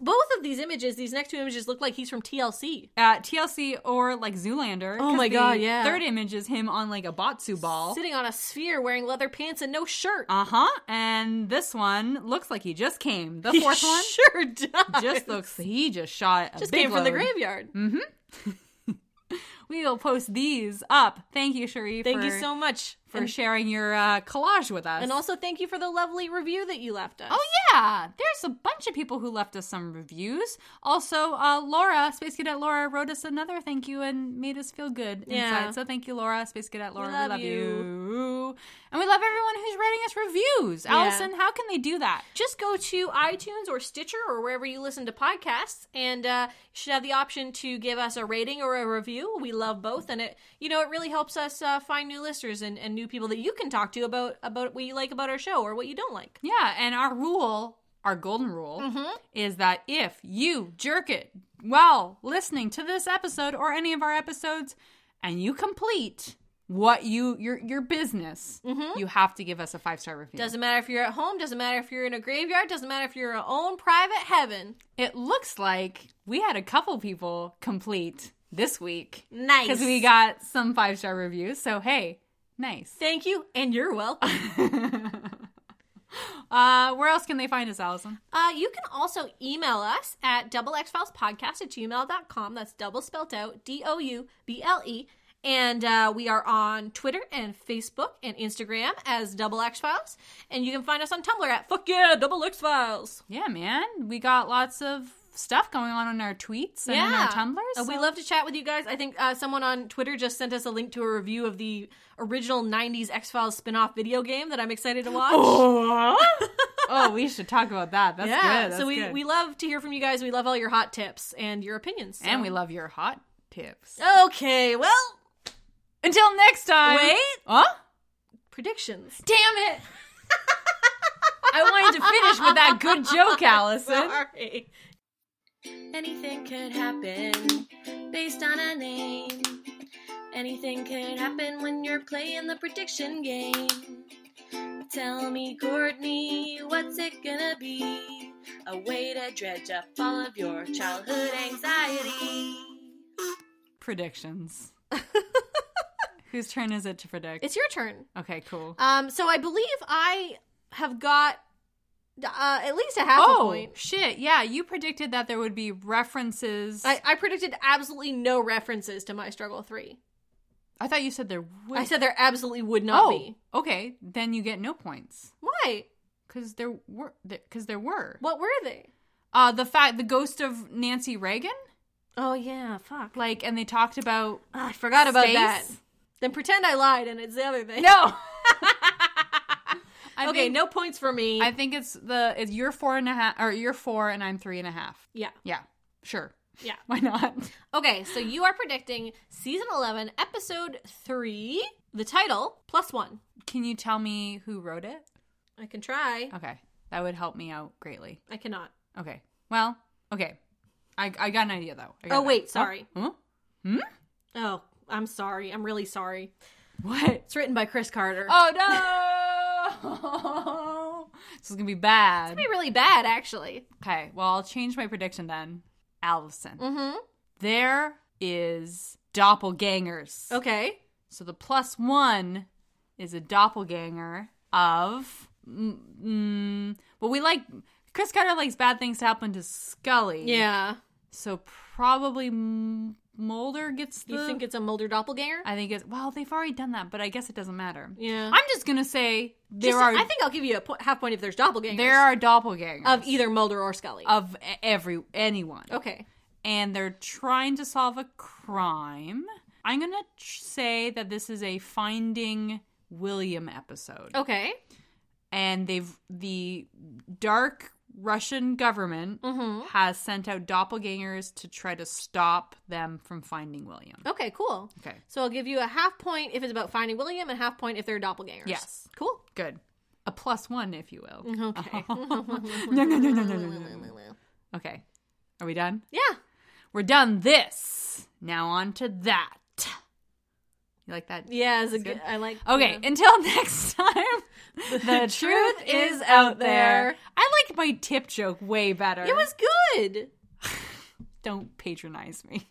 Speaker 2: both of these images these next two images look like he's from tlc
Speaker 1: at TLC or like Zoolander.
Speaker 2: Oh
Speaker 1: 'cause
Speaker 2: my
Speaker 1: the
Speaker 2: God, yeah.
Speaker 1: Third image is him on like a Batsu ball.
Speaker 2: sitting on a sphere wearing leather pants and no shirt
Speaker 1: Uh huh. And this one looks like he just came. The
Speaker 2: He
Speaker 1: fourth one
Speaker 2: sure does
Speaker 1: just looks he just shot. A
Speaker 2: just
Speaker 1: big
Speaker 2: came from the
Speaker 1: load. Mm,
Speaker 2: graveyard
Speaker 1: We will post these up. Thank you, Sharif.
Speaker 2: thank you so much
Speaker 1: for for sharing your uh, collage with us.
Speaker 2: And also, thank you for the lovely review that you left us.
Speaker 1: Oh yeah, there's a bunch of people who left us some reviews. Also, uh, Laura, Space Cadet Laura, wrote us another thank you and made us feel good
Speaker 2: Yeah.
Speaker 1: inside. So thank you, Laura, Space Cadet Laura. We love,
Speaker 2: love
Speaker 1: you.
Speaker 2: you.
Speaker 1: and we love everyone who's writing us reviews.
Speaker 2: Yeah.
Speaker 1: Allison, how can they do that?
Speaker 2: Just go to iTunes or Stitcher or wherever you listen to podcasts, and uh, you should have the option to give us a rating or a review. We love both, and it you know it really helps us uh, find new listeners and, and new people that you can talk to about about what you like about our show or what you don't like.
Speaker 1: Yeah, and our rule, our golden rule,
Speaker 2: Mm-hmm.
Speaker 1: is that if you jerk it while listening to this episode or any of our episodes, and you complete what you your your business,
Speaker 2: Mm-hmm.
Speaker 1: you have to give us a five star review.
Speaker 2: Doesn't matter if you're at home, doesn't matter if you're in a graveyard, doesn't matter if you're in your own private heaven.
Speaker 1: It looks like we had a couple people complete this week
Speaker 2: Nice,
Speaker 1: because we got some five star reviews. So hey, nice.
Speaker 2: Thank you, and you're welcome.
Speaker 1: Uh, where else can they find us, Allison?
Speaker 2: Uh, you can also email us at double podcast at gmail.com. That's double spelt out D O U B L E. And uh, we are on Twitter and Facebook and Instagram as Double X Files. And you can find us on Tumblr at Fuck Yeah Double X Files.
Speaker 1: Yeah, man, we got lots of stuff going on in our tweets and in our Tumblrs.
Speaker 2: Uh, we
Speaker 1: so-
Speaker 2: love to chat with you guys. I think uh, someone on Twitter just sent us a link to a review of the original 90s X Files spin off video game that I'm excited to watch.
Speaker 1: oh, we should talk about that. That's
Speaker 2: yeah.
Speaker 1: good. That's
Speaker 2: so we,
Speaker 1: good.
Speaker 2: we love to hear from you guys. We love all your hot tips and your opinions. so-
Speaker 1: and we love your hot tips.
Speaker 2: Okay, well.
Speaker 1: Until next time.
Speaker 2: Wait.
Speaker 1: Huh?
Speaker 2: predictions.
Speaker 1: Damn it! I wanted to finish with that good joke, Allison.
Speaker 2: Sorry.
Speaker 3: Anything could happen based on a name. Anything could happen when you're playing the prediction game. Tell me, Courtney, what's it gonna be? A way to dredge up all of your childhood anxiety.
Speaker 1: Predictions. Whose turn is it to predict?
Speaker 2: It's your turn.
Speaker 1: okay, cool.
Speaker 2: Um, so I believe I have got uh, at least a half a
Speaker 1: oh
Speaker 2: point.
Speaker 1: shit! Yeah, you predicted that there would be references.
Speaker 2: I, I predicted absolutely no references to My Struggle 3.
Speaker 1: I thought you said there would.
Speaker 2: I said there absolutely would not
Speaker 1: oh,
Speaker 2: be.
Speaker 1: okay. Then you get no points
Speaker 2: Why?
Speaker 1: because there were because there were.
Speaker 2: What were they?
Speaker 1: Uh, the fact the ghost of Nancy Reagan,
Speaker 2: Oh, yeah, fuck. Like,
Speaker 1: like, and they talked about
Speaker 2: ah, I forgot about
Speaker 1: space.
Speaker 2: that. Then pretend I lied and it's the other thing.
Speaker 1: No. I
Speaker 2: okay,
Speaker 1: think-
Speaker 2: no points for me.
Speaker 1: I think it's the it's you're four and a half or you're four and I'm three and a half.
Speaker 2: yeah,
Speaker 1: Yeah, sure.
Speaker 2: yeah.
Speaker 1: Why not?
Speaker 2: Okay, so you are predicting season 11, episode 3, the title, plus one.
Speaker 1: Can you tell me who wrote it?
Speaker 2: I can try.
Speaker 1: Okay, that would help me out greatly.
Speaker 2: I cannot.
Speaker 1: Okay, well, okay, I I got an idea though. I got
Speaker 2: Oh,
Speaker 1: an-
Speaker 2: wait, sorry.
Speaker 1: Huh?
Speaker 2: Oh, I'm sorry. I'm really sorry.
Speaker 1: What?
Speaker 2: It's written by Chris Carter.
Speaker 1: Oh no! this is gonna be bad.
Speaker 2: It'd be really bad, actually.
Speaker 1: Okay, well I'll change my prediction then. Allison,
Speaker 2: Mm-hmm.
Speaker 1: there is doppelgangers.
Speaker 2: Okay.
Speaker 1: So the plus one is a doppelganger of. Mm, mm, well, we like. Chris Carter likes bad things to happen to Scully.
Speaker 2: Yeah.
Speaker 1: So probably M- Mulder gets the.
Speaker 2: You think it's a Mulder doppelganger?
Speaker 1: I think it's. Well, they've already done that, but I guess it doesn't matter.
Speaker 2: yeah.
Speaker 1: I'm just going to say there
Speaker 2: Just-
Speaker 1: are.
Speaker 2: I think I'll give you a po- half point if there's doppelgangers.
Speaker 1: there are doppelgangers.
Speaker 2: of e Oh. either Mulder or Scully.
Speaker 1: Of e- every. Anyone.
Speaker 2: Oh. okay.
Speaker 1: and they're trying to solve a crime. I'm going to tr- say that this is a Finding William episode.
Speaker 2: Okay.
Speaker 1: And they've the dark Russian government
Speaker 2: Mm-hmm.
Speaker 1: has sent out doppelgangers to try to stop them from finding William.
Speaker 2: Okay. Cool.
Speaker 1: Okay.
Speaker 2: So I'll give you a half point if it's about finding William, and half point if they're doppelgangers.
Speaker 1: Yes.
Speaker 2: Cool. Mm-hmm.
Speaker 1: Good. A plus 1 if you will.
Speaker 2: Okay.
Speaker 1: no, no, no, no, no, no, no. Okay. Are we done?
Speaker 2: yeah.
Speaker 1: We're done this. Now on to that. You like that?
Speaker 2: Yeah. Is a good. I like.
Speaker 1: Okay, until next time, the truth is out there. I liked my tip joke way better.
Speaker 2: It was good.
Speaker 1: Don't patronize me.